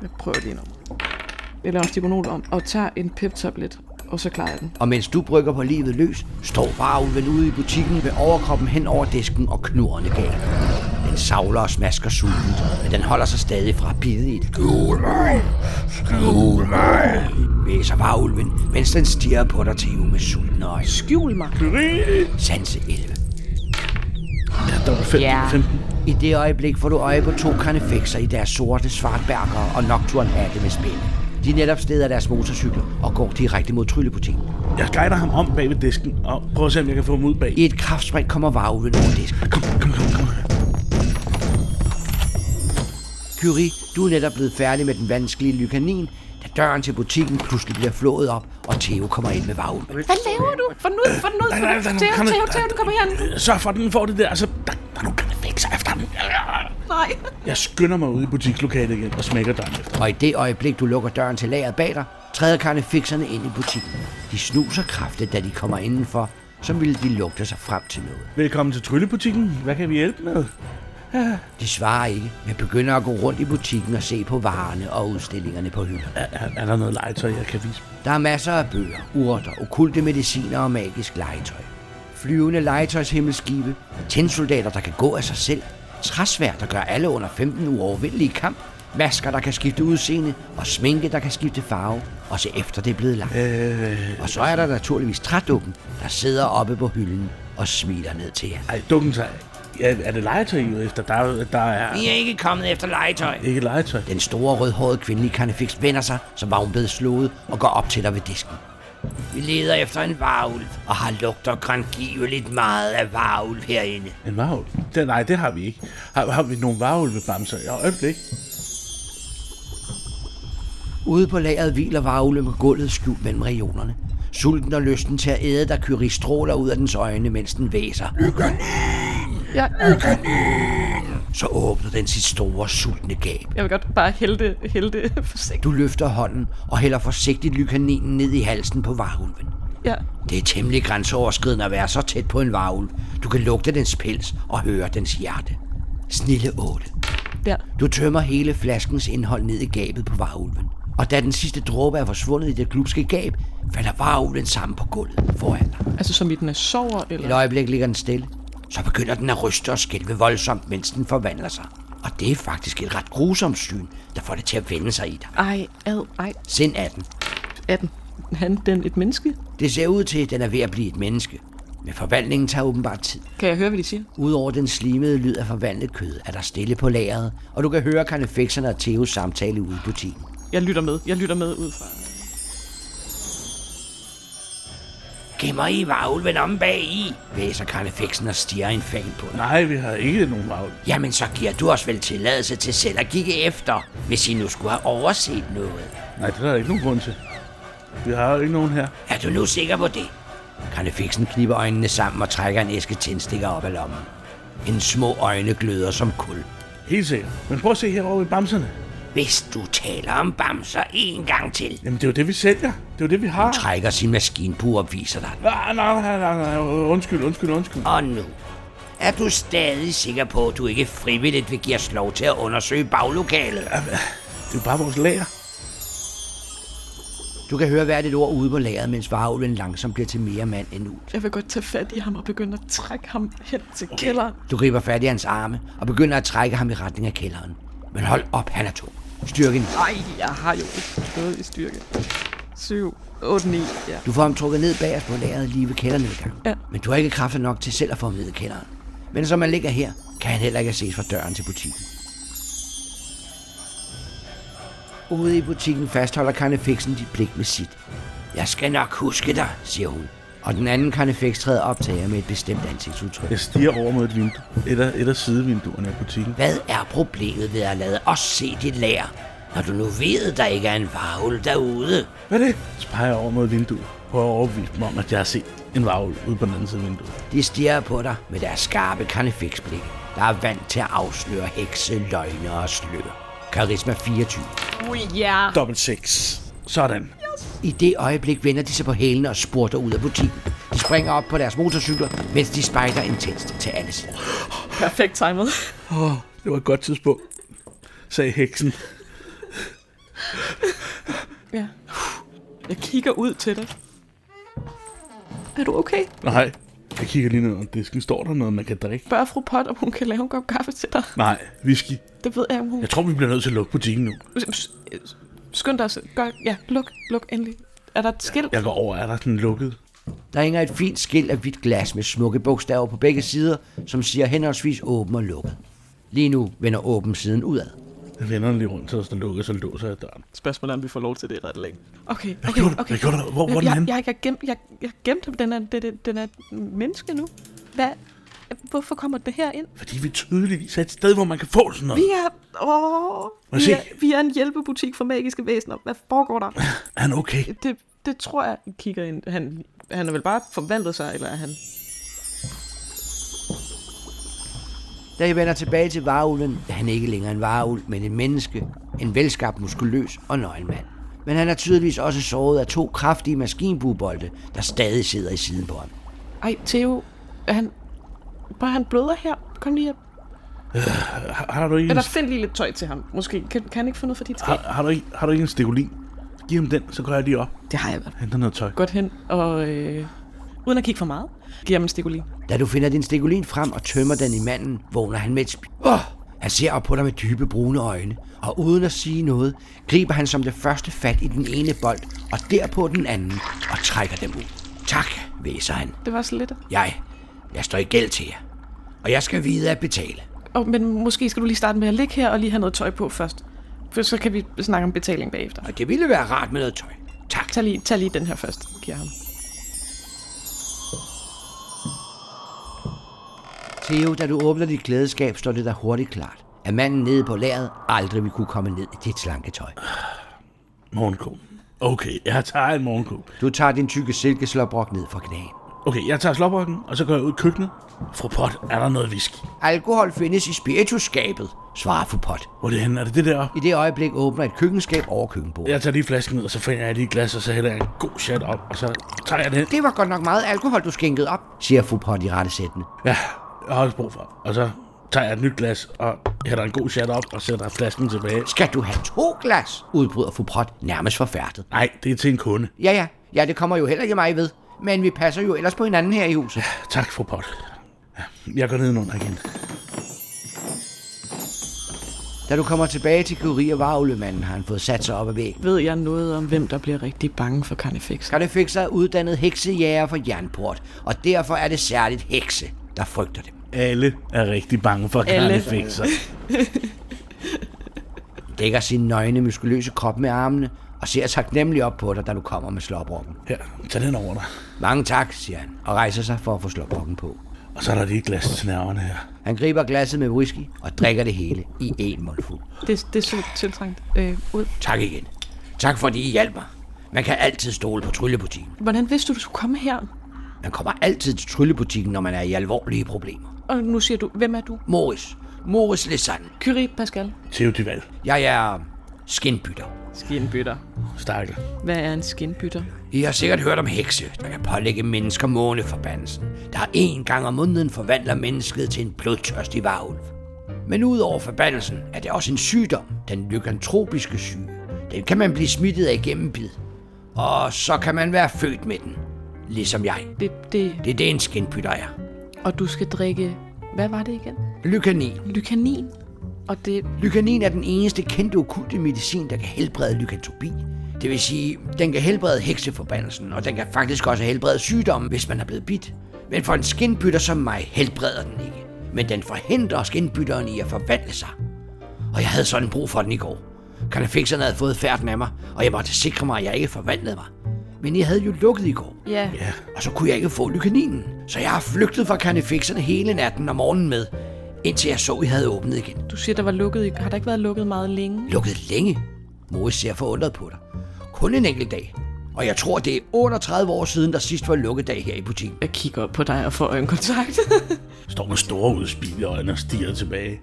[SPEAKER 3] Jeg prøver lige noget. Jeg laver en stibonol om og tager en pep-tablet, og så klarer jeg den.
[SPEAKER 1] Og mens du brygger på livet løs, står varulven ude i butikken med overkroppen hen over disken og knurrende gal. Den savler og smasker sultent, men den holder sig stadig fra at bide i det. Skjul mig! Skjul mig! Væser varulven, mens den stiger på dig til med sultne øjne.
[SPEAKER 3] Skjul mig.
[SPEAKER 1] Sanse 11.
[SPEAKER 2] Ja, der var 15.
[SPEAKER 3] Ja.
[SPEAKER 2] 15.
[SPEAKER 1] I det øjeblik får du øje på to karnefekser i deres sorte svartbærker og nocturne hatte med spil. De er netop steder deres motorcykler og går direkte mod tryllebutikken.
[SPEAKER 2] Jeg guider ham om bag ved disken, og prøver at se, om jeg kan få ham ud bag.
[SPEAKER 1] I et kraftspring kommer varulven over disken.
[SPEAKER 2] Kom, kom, kom, kom.
[SPEAKER 1] Kyrie, du er netop blevet færdig med den vanskelige lykanin, da døren til butikken pludselig bliver flået op, og Theo kommer ind med varulven.
[SPEAKER 3] Hvad laver du? For nu, for nu,
[SPEAKER 2] Nej, nej, nej, nej,
[SPEAKER 3] Theo,
[SPEAKER 2] kom nu.
[SPEAKER 3] Theo, Theo, du kommer her nu.
[SPEAKER 2] Sørg for, at den får det der, så der, der er nogle knæfækser efter ham.
[SPEAKER 3] Nej.
[SPEAKER 2] Jeg skynder mig ud i butikslokalet igen og smækker døren efter.
[SPEAKER 1] Og i det øjeblik, du lukker døren til lageret bag dig, træder karnefikserne ind i butikken. De snuser kraftigt, da de kommer indenfor, så ville de lugte sig frem til noget.
[SPEAKER 2] Velkommen til Tryllebutikken. Hvad kan vi hjælpe med?
[SPEAKER 1] De svarer ikke, men begynder at gå rundt i butikken og se på varerne og udstillingerne på hylder.
[SPEAKER 2] Er, er, er der noget legetøj, jeg kan vise?
[SPEAKER 1] Der er masser af bøger, urter, okulte mediciner og magisk legetøj. Flyvende legetøjshimmelskibe, tændsoldater, der kan gå af sig selv, træsvær, der gør alle under 15 uovervindelige i kamp, masker, der kan skifte udseende, og sminke, der kan skifte farve, og se efter det er blevet langt. Øh... Og så er der naturligvis trædukken, der sidder oppe på hylden og smiler ned til jer.
[SPEAKER 2] Ej, dukken sig. Ja, er det legetøj, I er ude efter? Der, er- der er
[SPEAKER 1] Vi er ikke kommet efter legetøj.
[SPEAKER 2] ikke legetøj.
[SPEAKER 1] Den store rødhårede kvindelige karnefiks vender sig, som var hun blevet slået, og går op til dig ved disken. Vi leder efter en varulv, og har lugter grangiveligt meget af varulv herinde.
[SPEAKER 2] En varulv? Det, nej, det har vi ikke. Har, har vi nogle varulvebamser? Ja, øjeblik.
[SPEAKER 1] Ude på lageret hviler Varule med gulvet skjult mellem regionerne. Sulten og lysten til at æde, der kyrie stråler ud af dens øjne, mens den væser.
[SPEAKER 3] Jeg,
[SPEAKER 1] Så åbner den sit store, sultne gab.
[SPEAKER 3] jeg vil godt bare hælde det, hælde det forsigtigt.
[SPEAKER 1] Du løfter hånden og hælder forsigtigt lykaninen ned i halsen på varulven.
[SPEAKER 3] Ja,
[SPEAKER 1] Det er temmelig grænseoverskridende at være så tæt på en varulv. Du kan lugte dens pels og høre dens hjerte. Snille 8.
[SPEAKER 3] ja.
[SPEAKER 1] Du tømmer hele flaskens indhold ned i gabet på varulven. Og da den sidste dråbe er forsvundet i det glupske gab, falder varulven sammen på gulvet foran dig.
[SPEAKER 3] Altså som i den er sover, eller?
[SPEAKER 1] Et øjeblik ligger den stille. Så begynder den at ryste og skælve voldsomt, mens den forvandler sig. Og det er faktisk et ret grusomt syn, der får det til at vende sig i dig.
[SPEAKER 3] Ej, ad, ej,
[SPEAKER 1] Sind af den.
[SPEAKER 3] 18. Han, den, et menneske?
[SPEAKER 1] Det ser ud til, at den er ved at blive et menneske. Men forvandlingen tager åbenbart tid.
[SPEAKER 3] Kan jeg høre, hvad de siger?
[SPEAKER 1] Udover den slimede lyd af forvandlet kød, er der stille på lageret, og du kan høre Karnefekserne og Theos samtale ude i butikken.
[SPEAKER 3] Jeg lytter med. Jeg lytter med ud fra.
[SPEAKER 1] Gemmer I varulven om bag i, væser Karnefeksen og stiger en fan på dig.
[SPEAKER 2] Nej, vi har ikke nogen varvel.
[SPEAKER 1] Jamen så giver du os vel tilladelse til selv at kigge efter, hvis I nu skulle have overset noget.
[SPEAKER 2] Nej, det er der ikke nogen grund til. Vi har jo ikke nogen her.
[SPEAKER 1] Er du nu sikker på det? Karnefiksen knipper øjnene sammen og trækker en æske tændstikker op af lommen. Hendes små øjne gløder som kul.
[SPEAKER 2] Helt sikkert. Men prøv at se herovre i bamserne.
[SPEAKER 1] Hvis du taler om bamser en gang til,
[SPEAKER 2] Jamen, det er jo det, vi sælger. Det er jo det, vi har.
[SPEAKER 1] trækker sin maskinbue og viser dig den.
[SPEAKER 2] Nej, nej, nej, nej, nej. Undskyld, undskyld, undskyld.
[SPEAKER 1] Og nu, er du stadig sikker på, at du ikke frivilligt vil give os lov til at undersøge baglokalet?
[SPEAKER 2] Det er jo bare vores lager.
[SPEAKER 1] Du kan høre hvert et ord ude på lageret, mens varvlen langsomt bliver til mere mand end ud.
[SPEAKER 3] Jeg vil godt tage fat i ham og begynde at trække ham hen til kælderen.
[SPEAKER 1] Du griber fat i hans arme og begynder at trække ham i retning af kælderen. Men hold op, han er tung. Styrken
[SPEAKER 3] Ej, jeg har jo ikke noget i styrke. 7, 8, 9, ja.
[SPEAKER 1] Du får ham trukket ned bagerst på lageret lige ved kældernedgangen.
[SPEAKER 3] Ja.
[SPEAKER 1] Men du har ikke kræfter nok til selv at få ham ned i kælderen. Men som han ligger her, kan han heller ikke ses fra døren til butikken. Ude i butikken fastholder Karnefixen dit blik med sit. Jeg skal nok huske dig, siger hun. Og den anden Karnefix træder op til jer med et bestemt ansigtsudtryk.
[SPEAKER 2] Jeg stiger over mod et vindue. Et af, et af sidevinduerne i butikken.
[SPEAKER 1] Hvad er problemet ved at lade os se dit lager, når du nu ved, der ikke er en varvel derude?
[SPEAKER 2] Hvad er det? Så peger jeg over mod vinduet. Prøver at overbevise dem om, at jeg har set en varvel ude på den anden side af vinduet.
[SPEAKER 1] De stiger på dig med deres skarpe karnefiksblik, der er vant til at afsløre hekse, løgne og slør. Karisma 24.
[SPEAKER 3] Ui, ja.
[SPEAKER 2] Dobbelt 6. Sådan.
[SPEAKER 1] I det øjeblik vender de sig på hælene og spurter ud af butikken. De springer op på deres motorcykler, mens de spejder intenst til alle sider.
[SPEAKER 3] Perfekt timet.
[SPEAKER 2] Åh, det var et godt tidspunkt, sagde heksen.
[SPEAKER 3] Ja. Jeg kigger ud til dig. Er du okay?
[SPEAKER 2] Nej, jeg kigger lige ned under disken. Står der noget, man kan drikke?
[SPEAKER 3] Spørg fru Pot, om hun kan lave en kop kaffe til dig.
[SPEAKER 2] Nej, whisky.
[SPEAKER 3] Det ved jeg, om hun...
[SPEAKER 2] Jeg tror, vi bliver nødt til at lukke butikken nu.
[SPEAKER 3] Skynd dig, at s- gør, ja, luk, luk endelig. Er der et skilt?
[SPEAKER 2] Jeg går over, er der sådan lukket?
[SPEAKER 1] Der hænger et fint skilt af hvidt glas med smukke bogstaver på begge sider, som siger henholdsvis åben og lukket. Lige nu vender åben siden udad.
[SPEAKER 2] Jeg vender den lige rundt, så hvis den lukker, så låser jeg døren.
[SPEAKER 3] Spørgsmålet er, om vi får lov til det ret længe. Okay, okay,
[SPEAKER 2] gjorde du?
[SPEAKER 3] okay.
[SPEAKER 2] Hvad gjorde du? Hvor- hvor er den
[SPEAKER 3] jeg,
[SPEAKER 2] henne?
[SPEAKER 3] jeg, jeg, gem, jeg, jeg gemte den. Den er, den, er- den er et menneske nu. Hvad? Hvorfor kommer det her ind?
[SPEAKER 2] Fordi vi tydeligvis er et sted, hvor man kan få sådan noget.
[SPEAKER 3] Vi er... Åh,
[SPEAKER 2] Må jeg
[SPEAKER 3] vi,
[SPEAKER 2] se?
[SPEAKER 3] er vi er en hjælpebutik for magiske væsener. Hvad foregår der?
[SPEAKER 2] Er han okay?
[SPEAKER 3] Det, det tror jeg, I kigger ind. Han, han er vel bare forvandlet sig, eller er han...
[SPEAKER 1] Da I vender tilbage til varulven, er han ikke længere en varulv, men en menneske. En velskabt, muskuløs og nøgenmand. Men han er tydeligvis også såret af to kraftige maskinbuebolde, der stadig sidder i siden på ham.
[SPEAKER 3] Ej, Theo, er han... Bare han bløder her. Kom lige her.
[SPEAKER 2] Har, har du ikke en,
[SPEAKER 3] Eller find lige lidt tøj til ham. Måske kan, kan han ikke få noget for dit skab.
[SPEAKER 2] har, har, du ikke, har du ikke en stekolin? Giv ham den, så går jeg lige op.
[SPEAKER 3] Det har jeg været.
[SPEAKER 2] Henter noget tøj.
[SPEAKER 3] Godt hen, og øh, uden at kigge for meget, giver ham en stikoli.
[SPEAKER 1] Da du finder din stekolin frem og tømmer den i manden, vågner han med et sp- oh! Han ser op på dig med dybe brune øjne, og uden at sige noget, griber han som det første fat i den ene bold, og derpå den anden, og trækker dem ud. Tak, væser han.
[SPEAKER 3] Det var så lidt.
[SPEAKER 1] Jeg, jeg står i gæld til jer, og jeg skal vide at betale.
[SPEAKER 3] Og, men måske skal du lige starte med at ligge her og lige have noget tøj på først. For så kan vi snakke om betaling bagefter.
[SPEAKER 1] Og det ville være rart med noget tøj. Tak.
[SPEAKER 3] Tag lige, tag lige den her først, giver ham.
[SPEAKER 1] Theo, da du åbner dit klædeskab, står det dig hurtigt klart, at manden nede på lageret aldrig vil kunne komme ned i dit slanke tøj.
[SPEAKER 2] Morgenko. Okay, jeg tager en morgenko.
[SPEAKER 1] Du tager din tykke silkeslåbrok ned fra knæen.
[SPEAKER 2] Okay, jeg tager slåbrokken, og så går jeg ud i køkkenet. Fru Pot, er der noget whisky?
[SPEAKER 1] Alkohol findes i spiritusskabet, svarer fru Pot.
[SPEAKER 2] Hvor er det henne? Er det det der?
[SPEAKER 1] I det øjeblik åbner et køkkenskab over køkkenbordet.
[SPEAKER 2] Jeg tager lige flasken ud, og så finder jeg lige et glas, og så hælder jeg en god shot op, og så tager jeg den.
[SPEAKER 1] Det var godt nok meget alkohol, du skænkede op, siger fru Pot i rette sættende.
[SPEAKER 2] Ja, jeg har også brug for. Og så tager jeg et nyt glas, og hælder en god shot op, og sætter flasken tilbage.
[SPEAKER 1] Skal du have to glas? udbryder fru Pot nærmest forfærdet.
[SPEAKER 2] Nej, det er til en kunde.
[SPEAKER 1] Ja, ja. Ja, det kommer jo heller ikke mig ved. Men vi passer jo ellers på hinanden her i huset.
[SPEAKER 2] Tak, fru Pot. Ja, Jeg går nedenunder igen.
[SPEAKER 1] Da du kommer tilbage til Kuri og Varulvemanden, har han fået sat sig op ad væggen.
[SPEAKER 3] Ved jeg noget om, hvem der bliver rigtig bange for karnefix?
[SPEAKER 1] Skal det fik sig uddannet heksejæger fra Jernport, og derfor er det særligt hekse, der frygter dem.
[SPEAKER 2] Alle er rigtig bange for karnefixer.
[SPEAKER 1] Hun dækker sin nøgne, muskuløse krop med armene, og ser taknemmelig op på dig, da du kommer med slåbrokken.
[SPEAKER 2] Her, tag den over dig.
[SPEAKER 1] Mange tak, siger han, og rejser sig for at få slåbrokken på.
[SPEAKER 2] Og så er der lige et glas til nerverne her.
[SPEAKER 1] Han griber glasset med whisky og drikker det hele i en mundfuld.
[SPEAKER 3] Det, det så tiltrængt øh, ud.
[SPEAKER 1] Tak igen. Tak fordi I hjalp mig. Man kan altid stole på tryllebutikken.
[SPEAKER 3] Hvordan vidste du, du skulle komme her?
[SPEAKER 1] Man kommer altid til tryllebutikken, når man er i alvorlige problemer.
[SPEAKER 3] Og nu siger du, hvem er du?
[SPEAKER 1] Morris. Morris Lesanne.
[SPEAKER 3] Kyrie Pascal.
[SPEAKER 2] Theodival.
[SPEAKER 1] Jeg er skinbytter.
[SPEAKER 3] Skinbytter.
[SPEAKER 2] Stakkel.
[SPEAKER 3] Hvad er en skinbytter?
[SPEAKER 1] I har sikkert hørt om hekse, der kan pålægge mennesker måneforbandelsen, der en gang om måneden forvandler mennesket til en blodtørstig varulv. Men udover forbandelsen er det også en sygdom, den lykantropiske syge. Den kan man blive smittet af gennem bid. Og så kan man være født med den, ligesom jeg.
[SPEAKER 3] Det, det,
[SPEAKER 1] Det er det, en skinbytter er.
[SPEAKER 3] og du skal drikke... Hvad var det igen?
[SPEAKER 1] Lykanin.
[SPEAKER 3] Lykanin. Og det...
[SPEAKER 1] Lykanin er den eneste kendte okulte medicin, der kan helbrede lykantropi. Det vil sige, den kan helbrede hekseforbandelsen, og den kan faktisk også helbrede sygdommen, hvis man er blevet bidt. Men for en skinbytter som mig helbreder den ikke. Men den forhindrer skinbytteren i at forvandle sig. Og jeg havde sådan brug for den i går. Kanafixerne havde fået færden af mig, og jeg måtte sikre mig, at jeg ikke forvandlede mig. Men jeg havde jo lukket i går,
[SPEAKER 3] Ja.
[SPEAKER 2] Ja,
[SPEAKER 1] og så kunne jeg ikke få lykaninen. Så jeg har flygtet fra kanafixerne hele natten og morgenen med, indtil jeg så, at I havde åbnet igen.
[SPEAKER 3] Du siger, der var lukket... i- Har der ikke været lukket meget længe?
[SPEAKER 1] Lukket længe? Morris ser forundret på dig. Kun en enkelt dag. Og jeg tror, det er 38 år siden, der sidst var lukkedag her i butikken.
[SPEAKER 3] Jeg kigger op på dig og får øjenkontakt.
[SPEAKER 2] står med store udspilde øjne og stiger tilbage.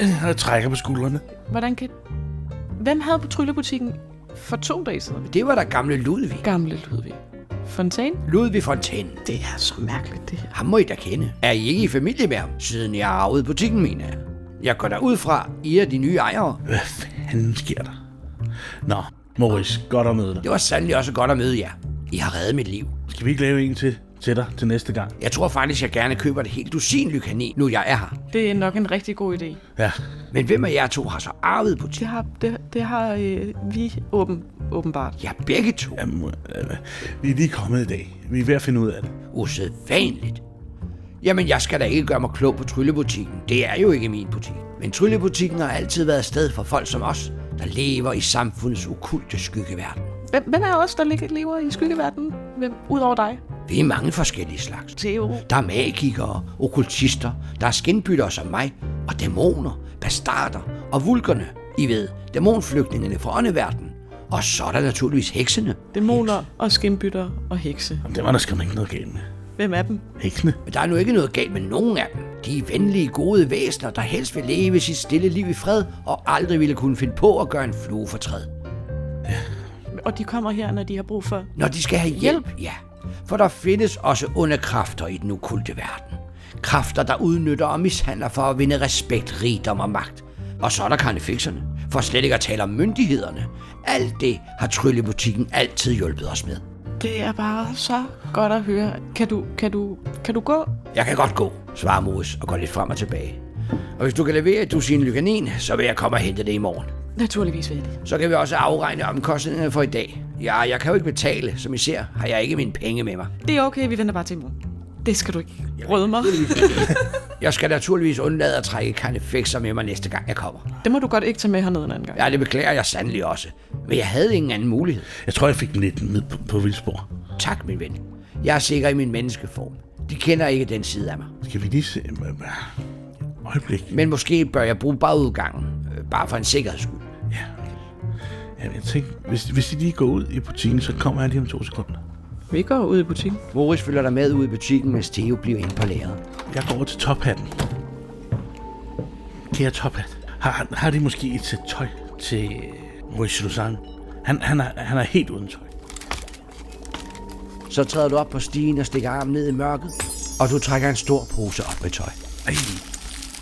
[SPEAKER 2] Øh, Og trækker på skuldrene.
[SPEAKER 3] Hvordan kan... Hvem havde på tryllebutikken for to dage siden?
[SPEAKER 1] Det var der gamle Ludvig.
[SPEAKER 3] Gamle Ludvig. Fontaine?
[SPEAKER 1] Ludvig Fontaine.
[SPEAKER 3] Det er så mærkeligt, det her.
[SPEAKER 1] Ham må I da kende. Er I ikke i familie med ham, siden jeg har arvet butikken, mener jeg? Jeg går derud fra, I er de nye ejere.
[SPEAKER 2] Hvad fanden sker der? Nå, Morris, godt at møde dig.
[SPEAKER 1] Det var sandelig også godt at møde jer. I har reddet mit liv.
[SPEAKER 2] Skal vi ikke lave en til, til dig til næste gang?
[SPEAKER 1] Jeg tror faktisk, jeg gerne køber det helt dusin lykanin, nu jeg er her.
[SPEAKER 3] Det er nok en rigtig god idé.
[SPEAKER 2] Ja,
[SPEAKER 1] Men hvem af jer to har så arvet butikken?
[SPEAKER 3] Det har, det, det har øh, vi åben, åbenbart.
[SPEAKER 1] Ja, begge to.
[SPEAKER 2] jamen, øh, vi er lige kommet i dag. Vi er ved at finde ud af det.
[SPEAKER 1] Usædvanligt. Jamen, jeg skal da ikke gøre mig klog på Tryllebutikken. Det er jo ikke min butik. Men Tryllebutikken har altid været et sted for folk som os, der lever i samfundets okulte skyggeverden.
[SPEAKER 3] Hvem, hvem er os, der ligger, lever i skyggeverdenen? Hvem, udover dig?
[SPEAKER 1] Vi er mange forskellige slags.
[SPEAKER 3] Theo.
[SPEAKER 1] Der er magikere, okkultister, der er skinbyttere som mig, og dæmoner, bastarder og vulkerne. I ved, dæmonflygtningene fra åndeverdenen. Og så er der naturligvis heksene.
[SPEAKER 3] Dæmoner og skimbytter og hekse.
[SPEAKER 2] Jamen, det var der skam ikke noget galt med.
[SPEAKER 3] Hvem er dem?
[SPEAKER 2] Heksene?
[SPEAKER 1] Men der er nu ikke noget galt med nogen af dem. De er venlige, gode væsener, der helst vil leve sit stille liv i fred, og aldrig ville kunne finde på at gøre en flue for træd.
[SPEAKER 3] Og de kommer her, når de har brug for...
[SPEAKER 1] Når de skal have hjælp, ja. For der findes også onde kræfter i den ukulte verden. Kræfter, der udnytter og mishandler for at vinde respekt, rigdom og magt. Og så er der karnefikserne, for slet ikke at tale om myndighederne. Alt det har Tryllebutikken altid hjulpet os med.
[SPEAKER 3] Det er bare så godt at høre. Kan du, kan du, kan du gå?
[SPEAKER 1] Jeg kan godt gå, svarer Moses og går lidt frem og tilbage. Og hvis du kan levere et dusin lykanin, så vil jeg komme og hente det i morgen.
[SPEAKER 3] Naturligvis vil jeg det.
[SPEAKER 1] Så kan vi også afregne omkostningerne for i dag. Ja, jeg kan jo ikke betale. Som I ser, har jeg ikke mine penge med mig.
[SPEAKER 3] Det er okay, vi venter bare til i morgen. Det skal du ikke røde mig.
[SPEAKER 1] Jeg skal naturligvis undlade at trække karnefekser med mig næste gang jeg kommer.
[SPEAKER 3] Det må du godt ikke tage med hernede en anden gang.
[SPEAKER 1] Ja, det beklager jeg sandelig også. Men jeg havde ingen anden mulighed.
[SPEAKER 2] Jeg tror, jeg fik den lidt ned på, på vildspor.
[SPEAKER 1] Tak, min ven. Jeg er sikker i min menneskeform. De kender ikke den side af mig.
[SPEAKER 2] Skal vi lige se... øh, øh, Øjeblik.
[SPEAKER 1] Men måske bør jeg bruge bagudgangen. øh, Bare for en sikkerheds skyld.
[SPEAKER 2] Jamen, jeg tænkte, hvis, hvis de lige går ud i butikken, så kommer jeg lige om to sekunder.
[SPEAKER 3] Vi går ud i butikken.
[SPEAKER 1] Morris følger dig med ud i butikken, mens Theo bliver inde på lageret.
[SPEAKER 2] Jeg går over til tophatten. Kære tophat, har, har de måske et sæt tøj til øh, Maurice Lausanne? Han, han, er, han er helt uden tøj.
[SPEAKER 1] Så træder du op på stigen og stikker armen ned i mørket, og du trækker en stor pose op med tøj.
[SPEAKER 2] Ej,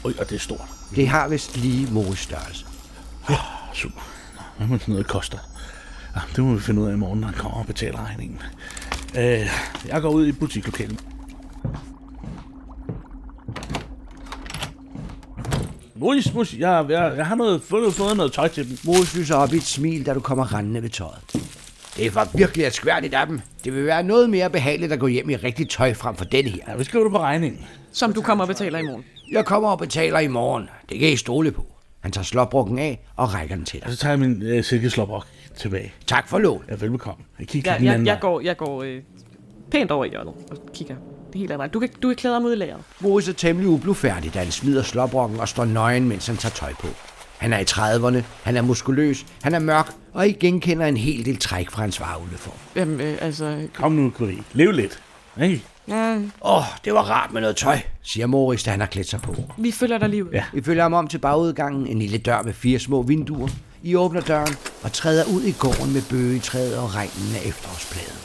[SPEAKER 2] øj, og det er stort.
[SPEAKER 1] Det har vist lige Morris størrelse.
[SPEAKER 2] Ah, Super. Nå, Hvad må sådan noget koster? Ah, det må vi finde ud af i morgen, når han kommer og betaler regningen. Øh, jeg går ud i butiklokalet. Maurice, Maurice, jeg, jeg, jeg har noget, fundet, fået noget tøj til dem.
[SPEAKER 1] Morris lyser op i et smil, da du kommer rendende ved tøjet. Det var virkelig elskværdigt af dem. Det vil være noget mere behageligt at gå hjem i rigtigt tøj frem for denne her.
[SPEAKER 2] Ja, vi skriver det på regningen.
[SPEAKER 3] Som du kommer og betaler i morgen.
[SPEAKER 1] Jeg kommer og betaler i morgen. Det kan I stole på. Han tager slåbrukken af og rækker den til
[SPEAKER 2] Og
[SPEAKER 1] dig.
[SPEAKER 2] så tager jeg min øh, silkeslåbrok tilbage.
[SPEAKER 1] Tak for lån.
[SPEAKER 2] Ja, velbekomme. Jeg kigger
[SPEAKER 3] Jeg,
[SPEAKER 2] den
[SPEAKER 3] jeg,
[SPEAKER 2] anden
[SPEAKER 3] jeg
[SPEAKER 2] vej.
[SPEAKER 3] går, jeg går øh, pænt over i hjørnet og kigger. Det er helt andet. Du kan, du kan klæde ham ud i lageret.
[SPEAKER 1] Morris er temmelig ublufærdig, da han smider slåbrokken og står nøgen, mens han tager tøj på. Han er i 30'erne, han er muskuløs, han er mørk, og I genkender en hel del træk fra hans varulveform.
[SPEAKER 3] Jamen, øh, altså...
[SPEAKER 2] Kom nu, kollega. Lev lidt. Hey.
[SPEAKER 3] Ja,
[SPEAKER 1] Åh, oh, det var rart med noget tøj, siger Morris, da han har klædt sig på.
[SPEAKER 3] vi følger dig lige ud.
[SPEAKER 2] Ja.
[SPEAKER 1] Vi følger ham om til bagudgangen, en lille dør med fire små vinduer. I åbner døren og træder ud i gården med bøgetræet og regnen af efterårspladen.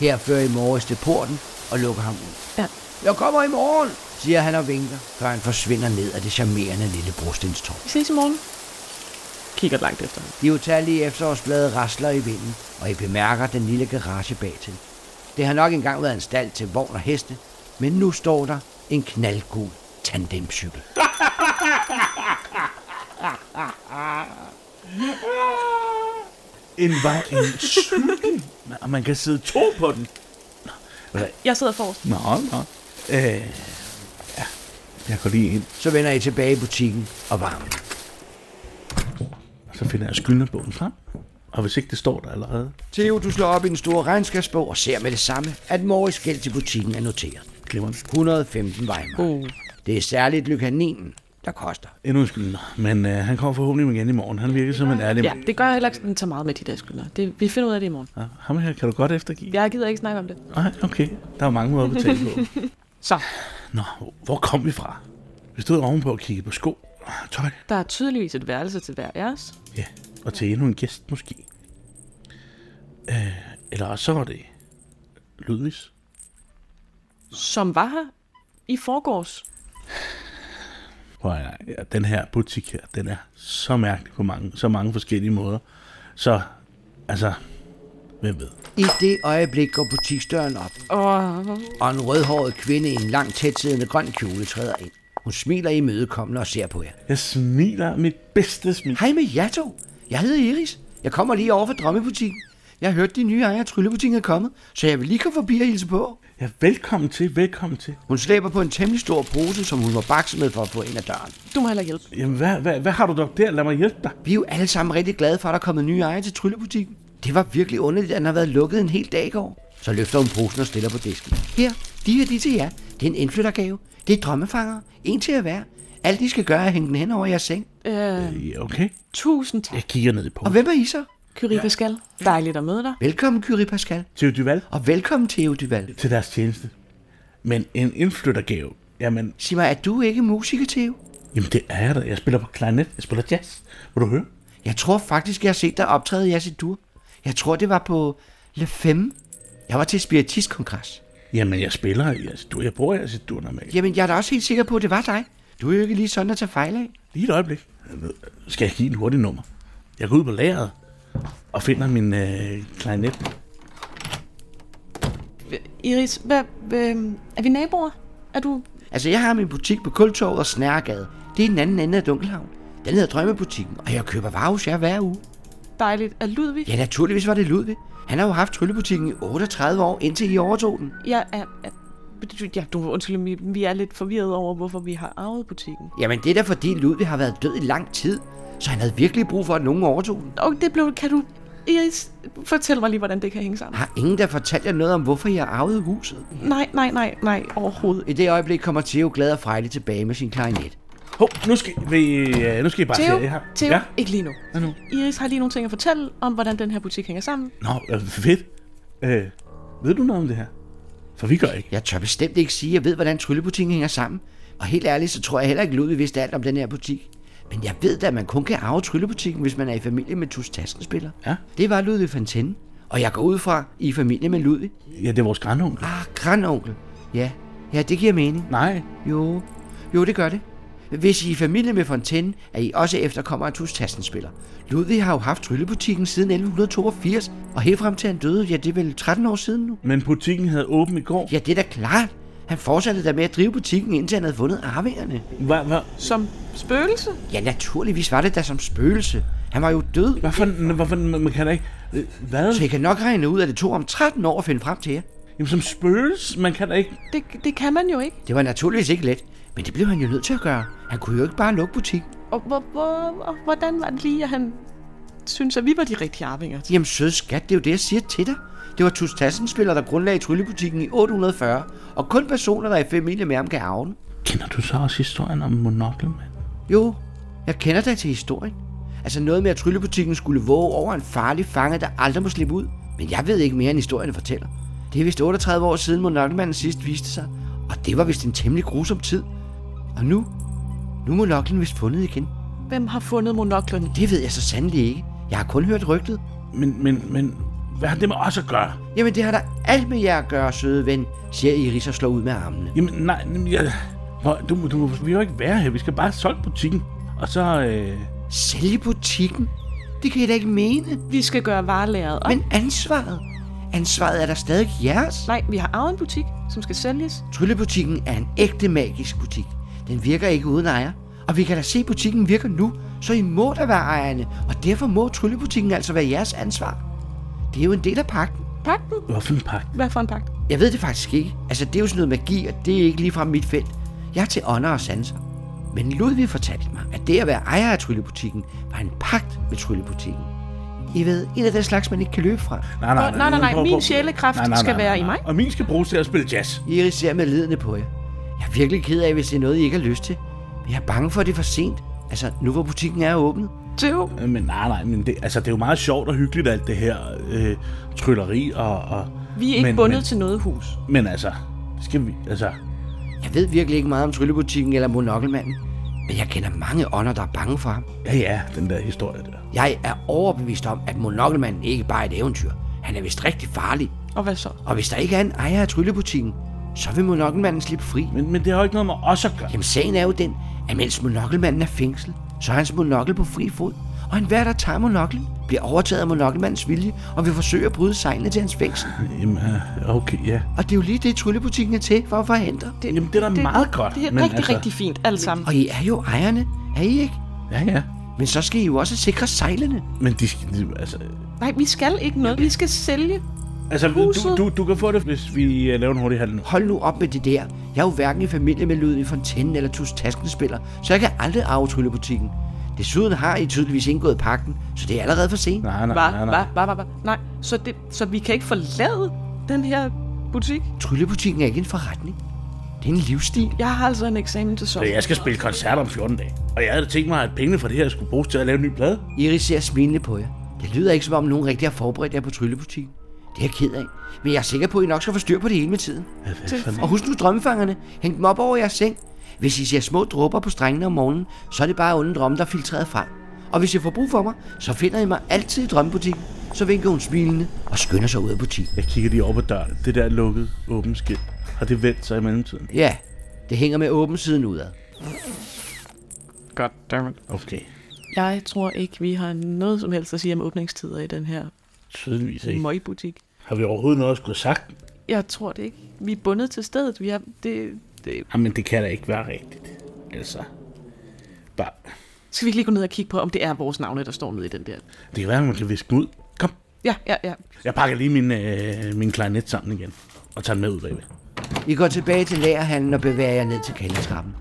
[SPEAKER 1] Her fører I Morris til porten og lukker ham ud.
[SPEAKER 3] Ja.
[SPEAKER 1] Jeg kommer i morgen, siger han og vinker, før han forsvinder ned af det charmerende lille brostenstårn.
[SPEAKER 3] Vi ses i morgen. Kigger langt efter ham.
[SPEAKER 1] De utallige efterårsblade rasler i vinden, og I bemærker den lille garage bagtil. Det har nok engang været en stald til vogn og heste, men nu står der en knaldgul tandemcykel.
[SPEAKER 2] En var en cykel. Og man kan sidde to på den.
[SPEAKER 3] Jeg sidder forrest.
[SPEAKER 2] Nå, nå. Øh, ja, jeg går lige ind,
[SPEAKER 1] Så vender I tilbage i butikken og varmen.
[SPEAKER 2] og så finder jeg skyldnerbogen frem. Og hvis ikke det står der allerede,
[SPEAKER 1] Theo, du slår op i den store regnskabsbog og ser med det samme, at Morris gæld til butikken er noteret.
[SPEAKER 2] glemmer den.
[SPEAKER 1] 115 Weimar.
[SPEAKER 3] Uh.
[SPEAKER 1] Det er særligt lykaninen, der koster.
[SPEAKER 2] Endnu en skyldner. Men øh, han kommer forhåbentlig igen i morgen. Han virker som en ærlig
[SPEAKER 3] Ja,
[SPEAKER 2] mand.
[SPEAKER 3] det gør jeg heller ikke sådan så meget med de der skyldner. Det, vi finder ud af det i morgen.
[SPEAKER 2] Ja, ham her kan du godt eftergive.
[SPEAKER 3] Jeg gider ikke snakke om det.
[SPEAKER 2] Nej, okay. Der er mange måder at betale på.
[SPEAKER 3] Så,
[SPEAKER 2] Nå, hvor kom vi fra? Vi stod ovenpå og kiggede på sko, tøj,
[SPEAKER 3] der er tydeligvis et værelse til hver af os.
[SPEAKER 2] Ja, og til endnu en gæst måske. Øh, eller også så var det Ludvigs.
[SPEAKER 3] som var her i forgårs.
[SPEAKER 2] Prøv at- ja, den her butik her, den er så mærkelig på mange, så mange forskellige måder. Så, altså, hvem ved?
[SPEAKER 1] I det øjeblik går butiksdøren op,
[SPEAKER 3] Og
[SPEAKER 1] og en rødhåret kvinde i en lang tætsiddende grøn kjole træder ind. Hun smiler imødekommende og ser på jer.
[SPEAKER 2] Jeg smiler mit bedste smil.
[SPEAKER 1] Hej med jer to. Jeg hedder Iris. Jeg kommer lige over fra Drømmebutikken. Jeg har hørt, de nye ejere af Tryllebutikken er kommet, så jeg vil lige komme forbi og hilse på.
[SPEAKER 2] Ja, velkommen til, velkommen til.
[SPEAKER 1] Hun slæber på en temmelig stor pose, som hun var bakset med for at få ind ad døren.
[SPEAKER 3] du må heller hjælpe.
[SPEAKER 2] Jamen, hvad, hvad, hvad har du dog der? Lad mig hjælpe dig.
[SPEAKER 1] Vi er jo alle sammen rigtig glade for, at der er kommet nye ejere til Tryllebutikken. Det var virkelig underligt, at den har været lukket en hel dag i går. Så løfter hun posen og stiller på disken. Her, de her de til jer. Det er en indflyttergave. Det er drømmefanger. En til at være. Alt I skal gøre er at hænge den hen over jeres seng.
[SPEAKER 3] Øh,
[SPEAKER 2] Ja, okay.
[SPEAKER 3] tusind tak,
[SPEAKER 2] Jeg kigger ned på.
[SPEAKER 1] Og hvem er I så?
[SPEAKER 3] Kyrie Pascal. Dejligt at møde dig.
[SPEAKER 1] Velkommen, Kyrie Pascal.
[SPEAKER 2] Til Duval,
[SPEAKER 1] Og velkommen, Theo Duval.
[SPEAKER 2] til deres tjeneste. Men en indflyttergave, jamen,
[SPEAKER 1] Sig mig, er du ikke musiker, Theo?
[SPEAKER 2] jamen det er jeg da. Jeg spiller på klarinet, jeg spiller jazz. Vil du høre?
[SPEAKER 1] Jeg tror faktisk, jeg har set dig optræde i jeres dur. Jeg tror, det var på Le Femme. Jeg var til spiritistkongres.
[SPEAKER 2] Jamen, jeg spiller i Assidur. Jeg bruger i Assidur normalt.
[SPEAKER 1] Jamen, jeg er da også helt sikker på, at det var dig. Du er jo ikke lige sådan at tage fejl af.
[SPEAKER 2] Lige et øjeblik. Øh, Skal jeg give en hurtig nummer? Jeg går ud på lageret og finder min øh, klarinet.
[SPEAKER 3] Iris, hvad, øh, er vi naboer? Er du...
[SPEAKER 1] Altså, jeg har min butik på Kultorvet og Snærgade. Det er i den anden ende af Dunkelhavn. Den hedder Drømmebutikken, og jeg køber varer hos jer hver uge.
[SPEAKER 3] Dejligt. Er Ludvig?
[SPEAKER 1] Ja, naturligvis var det Ludvig. Han har jo haft tryllebutikken i 38 år, indtil I overtog den.
[SPEAKER 3] Jeg er... er ja, du undskyld, vi, vi er lidt forvirret over, hvorfor vi har arvet butikken.
[SPEAKER 1] Jamen, det er da fordi Ludvig har været død i lang tid, så han havde virkelig brug for, at nogen overtog den.
[SPEAKER 3] Og det blev... Kan du... Iris, fortæl mig lige, hvordan det kan hænge sammen.
[SPEAKER 1] Har ingen der fortalt jer noget om, hvorfor I har arvet huset?
[SPEAKER 3] Nej, nej, nej, nej, overhovedet ikke.
[SPEAKER 1] I det øjeblik kommer Theo glad og frejlig tilbage med sin klarinet.
[SPEAKER 2] Hov, nu skal vi, øh, nu skal I bare
[SPEAKER 3] Theo,
[SPEAKER 2] se det her.
[SPEAKER 3] Theo
[SPEAKER 2] Ja,
[SPEAKER 3] ikke lige nu.
[SPEAKER 2] hvad nu?
[SPEAKER 3] Iris har lige nogle ting at fortælle om, hvordan den her butik hænger sammen.
[SPEAKER 2] Nå, øh, fedt. Øh, ved du noget om det her? For vi gør ikke.
[SPEAKER 1] Jeg tør bestemt ikke sige, at jeg ved, hvordan tryllebutikken hænger sammen. Og helt ærligt, så tror jeg heller ikke, Ludvig vidste alt om den her butik. Men jeg ved da, at man kun kan arve tryllebutikken, hvis man er i familie med Tus Tassenspiller.
[SPEAKER 2] Ja.
[SPEAKER 1] Det var Ludvig Fantenne. Og jeg går ud fra, I er i familie med Ludvig.
[SPEAKER 2] Ja, det er vores grandonkel.
[SPEAKER 1] Ah, grandonkel. Ja, ja, det giver mening.
[SPEAKER 2] Nej,
[SPEAKER 1] Jo, jo, det gør det. Hvis I er i familie med Fontaine, er I også efterkommere af Tus Tassenspiller. Ludvig har jo haft tryllebutikken siden 1182, og helt frem til han døde, ja, det er vel 13 år siden nu.
[SPEAKER 2] men butikken havde åbent i går.
[SPEAKER 1] Ja, det er da klart. Han fortsatte da med at drive butikken, indtil han havde fundet arvingerne.
[SPEAKER 2] Hvad, hvad,
[SPEAKER 3] Som spøgelse?
[SPEAKER 1] Ja, naturligvis var det da som spøgelse. Han var jo død.
[SPEAKER 2] hvad for, en- hvad for, en- man kan da ikke... øh, Hvad?
[SPEAKER 1] Så I kan nok regne ud, at det tog om 13 år at finde frem til jer.
[SPEAKER 2] Jamen, som spøgelse, man kan da ikke...
[SPEAKER 3] Det, det kan man jo ikke.
[SPEAKER 1] Det var naturligvis ikke let, men det blev han jo nødt til at gøre. Han kunne jo ikke bare lukke butikken.
[SPEAKER 3] Og hvor, hvor, hvor, hvordan var det lige, at han synes, at vi var de rigtige arvinger?
[SPEAKER 1] Jamen søde skat, det er jo det, jeg siger til dig. Det var Tus Tassenspiller, der grundlagde tryllebutikken i 840, og kun personer, der er i familie med ham, kan arve den.
[SPEAKER 2] Kender du så også historien om monoklemanden?
[SPEAKER 1] Jo, jeg kender dig til historien. Altså noget med, at tryllebutikken skulle våge over en farlig fange, der aldrig må slippe ud. Men jeg ved ikke mere, end historien fortæller. Det er vist 38 år siden, monokkelmanden sidst viste sig, og det var vist en temmelig grusom tid. Og nu, nu er monoklen vist fundet igen.
[SPEAKER 3] Hvem har fundet monoklen?
[SPEAKER 1] Det ved jeg så sandelig ikke. Jeg har kun hørt rygtet.
[SPEAKER 2] Men, men, men... Hvad har det med os at gøre?
[SPEAKER 1] Jamen det har da alt med jer at gøre, søde ven, siger Iris og slår ud med armene.
[SPEAKER 2] Jamen, nej, jamen, jeg, hvor, du, du, vi vil jo ikke være her. Vi skal bare solge butikken. Og så... Øh,
[SPEAKER 1] Sælge butikken? Det kan I da ikke mene.
[SPEAKER 3] Vi skal gøre varelæret op. Men...
[SPEAKER 1] Men ansvaret? Ansvaret er der stadig jeres.
[SPEAKER 3] Nej, vi har arvet en butik, som skal sælges.
[SPEAKER 1] Tryllebutikken er en ægte magisk butik. Den virker ikke uden ejer. Og vi kan da se, at butikken virker nu, så I må da være ejerne. Og derfor må tryllebutikken altså være jeres ansvar. Det er jo en del af pakken.
[SPEAKER 3] Pakten?
[SPEAKER 2] hvorfor en pakke?
[SPEAKER 3] Hvad for en pagt?
[SPEAKER 1] Jeg ved det faktisk ikke. Altså, det er jo sådan noget magi, og det er ikke ligefrem mit felt. Jeg er til ånder og sanser. Men Ludvig fortalte mig, at det at være ejer af tryllebutikken var en pagt med tryllebutikken. I ved, en af den slags, man ikke kan løbe fra.
[SPEAKER 2] Nej,
[SPEAKER 3] Åh, nej, nej, nej, min sjælekraft skal være i mig.
[SPEAKER 2] Og min skal bruges til at spille jazz.
[SPEAKER 1] Iris ser med lidende på jer. Jeg er virkelig ked af, hvis det er noget, I ikke har lyst til. Men jeg er bange for, at det er for sent. Altså, nu hvor butikken er åbnet.
[SPEAKER 3] Theo,
[SPEAKER 2] Øh, Men nej, nej, men det, altså, det er jo meget sjovt og hyggeligt, alt det her øh, trylleri og... og
[SPEAKER 3] vi er ikke
[SPEAKER 2] men,
[SPEAKER 3] men, bundet
[SPEAKER 2] men,
[SPEAKER 3] men... til noget hus.
[SPEAKER 2] Men altså, skal vi... Altså,
[SPEAKER 1] Jeg ved virkelig ikke meget om tryllebutikken eller monokkelmanden. Men jeg kender mange ånder, der er bange for ham.
[SPEAKER 2] ja, ja, den der historie der.
[SPEAKER 1] Jeg er overbevist om, at monokkelmanden ikke bare er et eventyr. Han er vist rigtig farlig.
[SPEAKER 3] Og hvad så?
[SPEAKER 1] Og hvis der ikke er en ejer af tryllebutikken, så vil monokkelmanden slippe fri.
[SPEAKER 2] Men, men det har jo ikke noget med os at gøre.
[SPEAKER 1] Jamen sagen er jo den, at mens monokkelmanden er fængsel, så er hans monokkel på fri fod. Og enhver, der tager monoklen, bliver overtaget af monokkelmandens vilje og vil forsøge at bryde sejlene til hans fængsel.
[SPEAKER 2] Jamen, øh, okay, ja.
[SPEAKER 1] Og det er jo lige det, tryllebutikken er til for at forhindre.
[SPEAKER 2] Jamen, det er da meget godt.
[SPEAKER 3] Det er
[SPEAKER 2] men
[SPEAKER 3] rigtig, altså... rigtig fint, alt sammen.
[SPEAKER 1] Og I er jo ejerne, er I ikke?
[SPEAKER 2] Ja, ja.
[SPEAKER 1] Men så skal I jo også sikre sejlene.
[SPEAKER 2] Men de skal... De, altså,
[SPEAKER 3] Nej, vi skal ikke noget. Vi skal sælge.
[SPEAKER 2] altså
[SPEAKER 3] Huset.
[SPEAKER 2] du, du, du kan få det, hvis vi øh, laver en hurtig handel nu.
[SPEAKER 1] Hold nu op med det der. Jeg er jo hverken i familie med Ludvig Fontaine eller Tus Taskenspiller, så jeg kan aldrig arve tryllebutikken. Desuden har I tydeligvis indgået pakten, så det er allerede for sent.
[SPEAKER 2] Nej, nej,
[SPEAKER 3] Hva,
[SPEAKER 2] nej,
[SPEAKER 3] hva,
[SPEAKER 2] nej.
[SPEAKER 3] hva, hva, hva. Nej, så, det, så vi kan ikke forlade den her butik.
[SPEAKER 1] Tryllebutikken er ikke en forretning. Det er en livsstil.
[SPEAKER 3] Jeg har altså en eksamen til
[SPEAKER 2] Så
[SPEAKER 3] sommer.
[SPEAKER 2] jeg skal spille koncert om 14 dage. Og jeg havde da tænkt mig, at pengene fra det her skulle bruges til at lave en ny plade.
[SPEAKER 1] Iris ser smilende på jer. Det lyder ikke, som om nogen rigtig har forberedt jer på tryllebutikken. Det er jeg ked af, men jeg er sikker på, at I nok skal få styr på det hele med tiden. Og husk nu drømmefangerne. Hæng dem op over jeres seng. Hvis I ser små dråber på strengene om morgenen, så er det bare onde drømme, der er filtreret frem. Og hvis I får brug for mig, så finder I mig altid i drømmebutikken. Så vinker hun smilende og skynder sig ud af butikken.
[SPEAKER 2] Jeg kigger lige op ad døren. Det der lukkede, åbent skilt. Har det vendt sig i mellemtiden?
[SPEAKER 1] Ja, det hænger med åben siden udad.
[SPEAKER 3] Goddammit.
[SPEAKER 2] Okay.
[SPEAKER 3] Jeg tror ikke, vi har noget som helst at sige om åbningstider i den her
[SPEAKER 2] Tydeligvis ikke.
[SPEAKER 3] møgbutik.
[SPEAKER 2] Har vi overhovedet noget at skulle have sagt?
[SPEAKER 3] Jeg tror det ikke. Vi er bundet til stedet. Vi er, det, det.
[SPEAKER 2] Jamen, det kan da ikke være rigtigt. Altså, bare...
[SPEAKER 3] Skal vi ikke lige gå ned og kigge på, om det er vores navne, der står nede i den der?
[SPEAKER 2] Det kan være, at man kan viske den ud. Kom.
[SPEAKER 3] Ja, ja, ja.
[SPEAKER 2] Jeg pakker lige min, øh, min klarinet sammen igen. Og tager den med ud bagved.
[SPEAKER 1] I går tilbage til lagerhallen og bevæger jer ned til kældertrappen.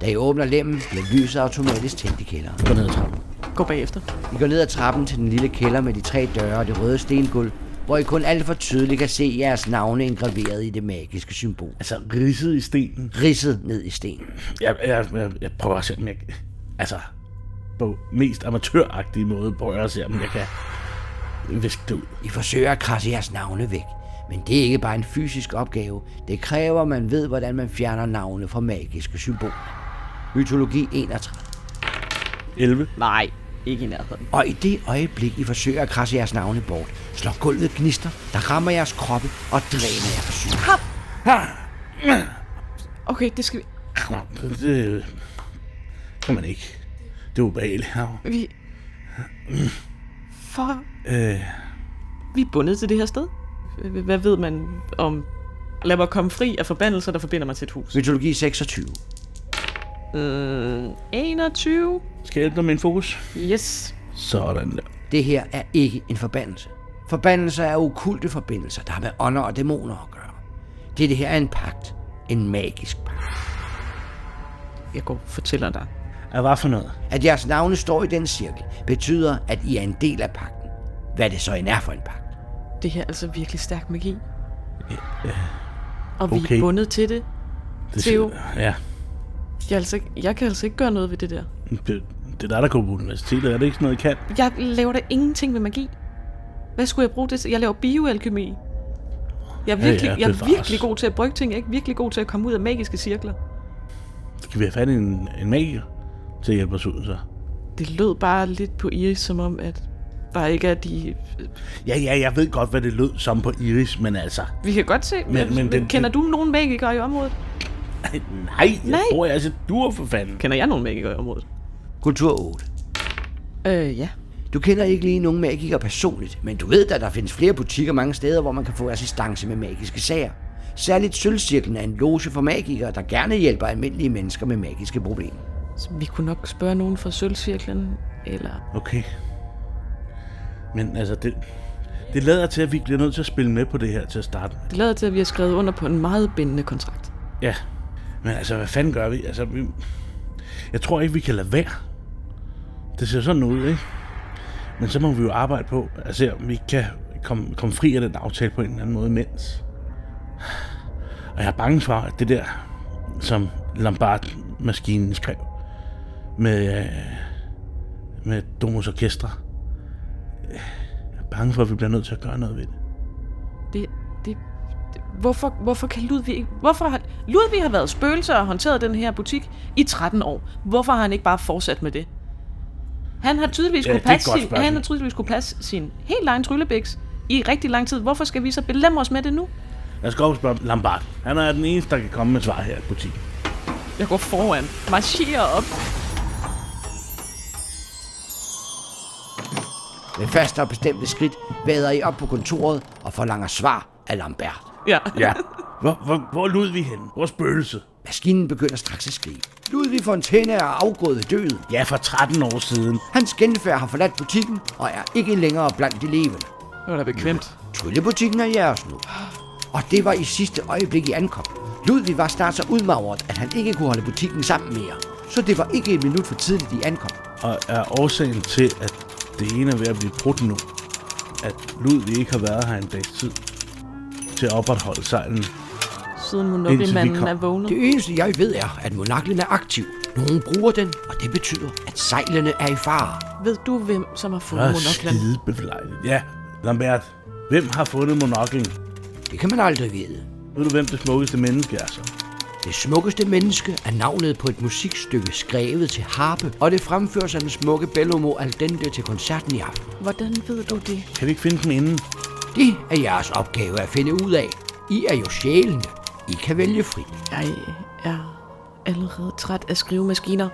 [SPEAKER 1] Da I åbner lemmen, bliver lyset automatisk tændt i kælderen.
[SPEAKER 2] Gå ned ad trappen.
[SPEAKER 3] Gå bagefter.
[SPEAKER 1] I går ned ad trappen til den lille kælder med de tre døre og det røde stengulv, hvor I kun alt for tydeligt kan se jeres navne indgraveret i det magiske symbol.
[SPEAKER 2] Altså, ridset i stenen.
[SPEAKER 1] Ridset ned i sten.
[SPEAKER 2] Jeg, jeg, jeg, jeg prøver at se, om jeg... Altså, på mest amatøragtige måde prøver at se, om jeg kan viske det ud.
[SPEAKER 1] I forsøger at krasse jeres navne væk. Men det er ikke bare en fysisk opgave. Det kræver, at man ved, hvordan man fjerner navne fra magiske symboler. Mytologi 31.
[SPEAKER 2] 11.
[SPEAKER 5] Nej, ikke i nærheden.
[SPEAKER 1] Og i det øjeblik, I forsøger at krasse jeres navne bort, slår gulvet gnister, der rammer jeres kroppe og dræner jer for syne.
[SPEAKER 3] Okay, det skal vi...
[SPEAKER 2] Det kan man ikke. Det er ubehageligt. Hav.
[SPEAKER 3] Vi... For...
[SPEAKER 2] Øh,
[SPEAKER 3] Vi er bundet til det her sted. H- Hvad ved man om... Lad mig komme fri af forbandelser, der forbinder mig til et hus.
[SPEAKER 1] Mytologi 26.
[SPEAKER 3] Øh, 21.
[SPEAKER 2] skal jeg hjælpe dig med en fokus?
[SPEAKER 3] Yes.
[SPEAKER 2] Sådan der.
[SPEAKER 1] Det her er ikke en forbandelse. Forbandelser er okulte forbindelser, der har med ånder og dæmoner at gøre. Det, det her er en pagt. En magisk pagt.
[SPEAKER 3] Jeg går og fortæller dig.
[SPEAKER 2] Er hvad for noget?
[SPEAKER 1] At jeres navne står i den cirkel, betyder, at I er en del af pakten. Hvad det så end er for en pagt.
[SPEAKER 3] Det her er altså virkelig stærk magi. Og vi
[SPEAKER 2] okay.
[SPEAKER 3] er bundet til det.
[SPEAKER 2] Det
[SPEAKER 3] Theo.
[SPEAKER 2] Ja.
[SPEAKER 3] Jeg, er altså, ikke- jeg kan altså ikke gøre noget ved det der.
[SPEAKER 2] Det, det er dig, der går på universitetet. Er det ikke sådan noget, I kan?
[SPEAKER 3] Jeg laver da ingenting med magi. Hvad skulle jeg bruge det til? Jeg laver bioalkemi. Jeg er
[SPEAKER 2] Ja, ja,
[SPEAKER 3] virkelig, jeg er
[SPEAKER 2] bevares.
[SPEAKER 3] virkelig god til at brygge ting. Jeg er ikke virkelig god til at komme ud af magiske cirkler.
[SPEAKER 2] Kan vi have fat i en, en magiker til at hjælpe os ud, så?
[SPEAKER 3] Det lød bare lidt på Iris, som om, at bare ikke at de...
[SPEAKER 2] Ja, ja, jeg ved godt, hvad det lød som på Iris, men altså...
[SPEAKER 3] Vi kan godt se, men, men
[SPEAKER 2] men
[SPEAKER 3] den,
[SPEAKER 2] den-
[SPEAKER 3] kender du nogen magikere i området?
[SPEAKER 2] Nej, jeg
[SPEAKER 3] Nej.
[SPEAKER 2] tror, jeg er så dur for fanden.
[SPEAKER 3] Kender jeg nogen magikere i området?
[SPEAKER 1] Kultur 8.
[SPEAKER 3] Øh, ja.
[SPEAKER 1] Du kender ikke lige nogen magikere personligt, men du ved da, at der findes flere butikker mange steder, hvor man kan få assistance med magiske sager. Særligt Sølvcirklen er en loge for magikere, der gerne hjælper almindelige mennesker med magiske problemer.
[SPEAKER 3] Så vi kunne nok spørge nogen fra Sølvcirklen, eller...
[SPEAKER 2] Okay. Men altså, det, det lader til, at vi bliver nødt til at spille med på det her til at starte. med.
[SPEAKER 3] Det lader til, at vi har skrevet under på en meget bindende kontrakt.
[SPEAKER 2] Ja. Men altså, hvad fanden gør vi? Altså, vi, jeg tror ikke, vi kan lade være. Det ser sådan ud, ikke? Men så må vi jo arbejde på at se, om vi kan komme, komme fri af den aftale på en eller anden måde imens. Og jeg er bange for, at det der, som Lombard-maskinen skrev, med, øh, med Domus Orkestra, øh, jeg er bange for, at vi bliver nødt til at gøre noget ved det.
[SPEAKER 3] Det, det, det hvorfor, hvorfor kan Ludvig ikke... Hvorfor har, Ludvig har været spøgelser og håndteret den her butik i 13 år. Hvorfor har han ikke bare fortsat med det? Han har tydeligvis,
[SPEAKER 2] Ja,
[SPEAKER 3] ja, kunne,
[SPEAKER 2] det er et
[SPEAKER 3] passe
[SPEAKER 2] godt
[SPEAKER 3] sin,
[SPEAKER 2] spørgsmål.
[SPEAKER 3] han har tydeligvis kunne passe sin helt egen tryllebiks i rigtig lang tid. Hvorfor skal vi så belemme os med det nu?
[SPEAKER 2] Lad os gå op og spørge Lombard. Han er den eneste, der kan komme med et svar her i butikken.
[SPEAKER 3] Jeg går foran, marcherer op.
[SPEAKER 1] Med faste og bestemte skridt vader I op på kontoret og forlanger svar af Lambert.
[SPEAKER 3] Ja.
[SPEAKER 2] Ja. Hvor, hvor, hvor lød vi hen? Hvor spøgelse?
[SPEAKER 1] Maskinen begynder straks at skrige. Ludvig Fontaine er afgået ved døden.
[SPEAKER 2] Ja, for 13 år siden.
[SPEAKER 1] Hans genfærd har forladt butikken og er ikke længere blandt de levende.
[SPEAKER 3] Det var da bekvemt.
[SPEAKER 1] Tryllebutikken er jeres nu. Og det var i sidste øjeblik, I ankom. Ludvig var snart så udmagret, at han ikke kunne holde butikken sammen mere. Så det var ikke et minut for tidligt, I ankom.
[SPEAKER 2] Og er årsagen til, at det ene er ved at blive brudt nu, at Ludvig ikke har været her en dags tid til at opretholde sejlen.
[SPEAKER 3] Siden
[SPEAKER 2] Indtil vi
[SPEAKER 3] Monopoly-manden
[SPEAKER 2] kom.
[SPEAKER 3] er vågnet.
[SPEAKER 1] Det eneste, jeg ved, er, at monaklen er aktiv. Nogen bruger den, og det betyder, at sejlene er i fare.
[SPEAKER 3] Ved du, hvem som har fundet
[SPEAKER 2] Og
[SPEAKER 3] monoklen?
[SPEAKER 2] skide bevlejligt. Ja, Lambert. Hvem har fundet monoklen?
[SPEAKER 1] Det kan man aldrig vide.
[SPEAKER 2] Ved du, hvem det smukkeste menneske er så?
[SPEAKER 1] Det smukkeste menneske er navnet på et musikstykke skrevet til harpe, og det fremføres af den smukke Bellomo al dente til koncerten i aften.
[SPEAKER 3] Hvordan ved du det?
[SPEAKER 2] Kan vi ikke finde dem inden?
[SPEAKER 1] Det er jeres opgave at finde ud af. I er jo sjælene. I kan vælge frit.
[SPEAKER 3] Jeg er allerede træt af skrivemaskiner.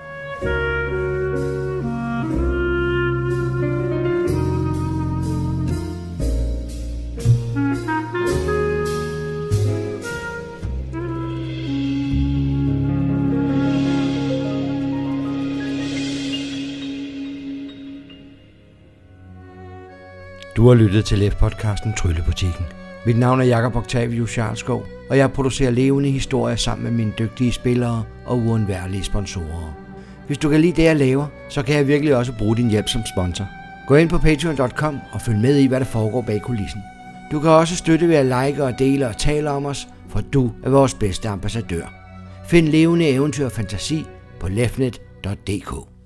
[SPEAKER 1] Du har lyttet til LEF-podcasten Tryllebutikken. Mit navn er Jakob Octavius Jarlskov, og jeg producerer levende historier sammen med mine dygtige spillere og uundværlige sponsorer. Hvis du kan lide det, jeg laver, så kan jeg virkelig også bruge din hjælp som sponsor. Gå ind på patreon.com og følg med i, hvad der foregår bag kulissen. Du kan også støtte ved at like og dele og tale om os, for du er vores bedste ambassadør. Find levende eventyr og fantasi på lefnet.dk.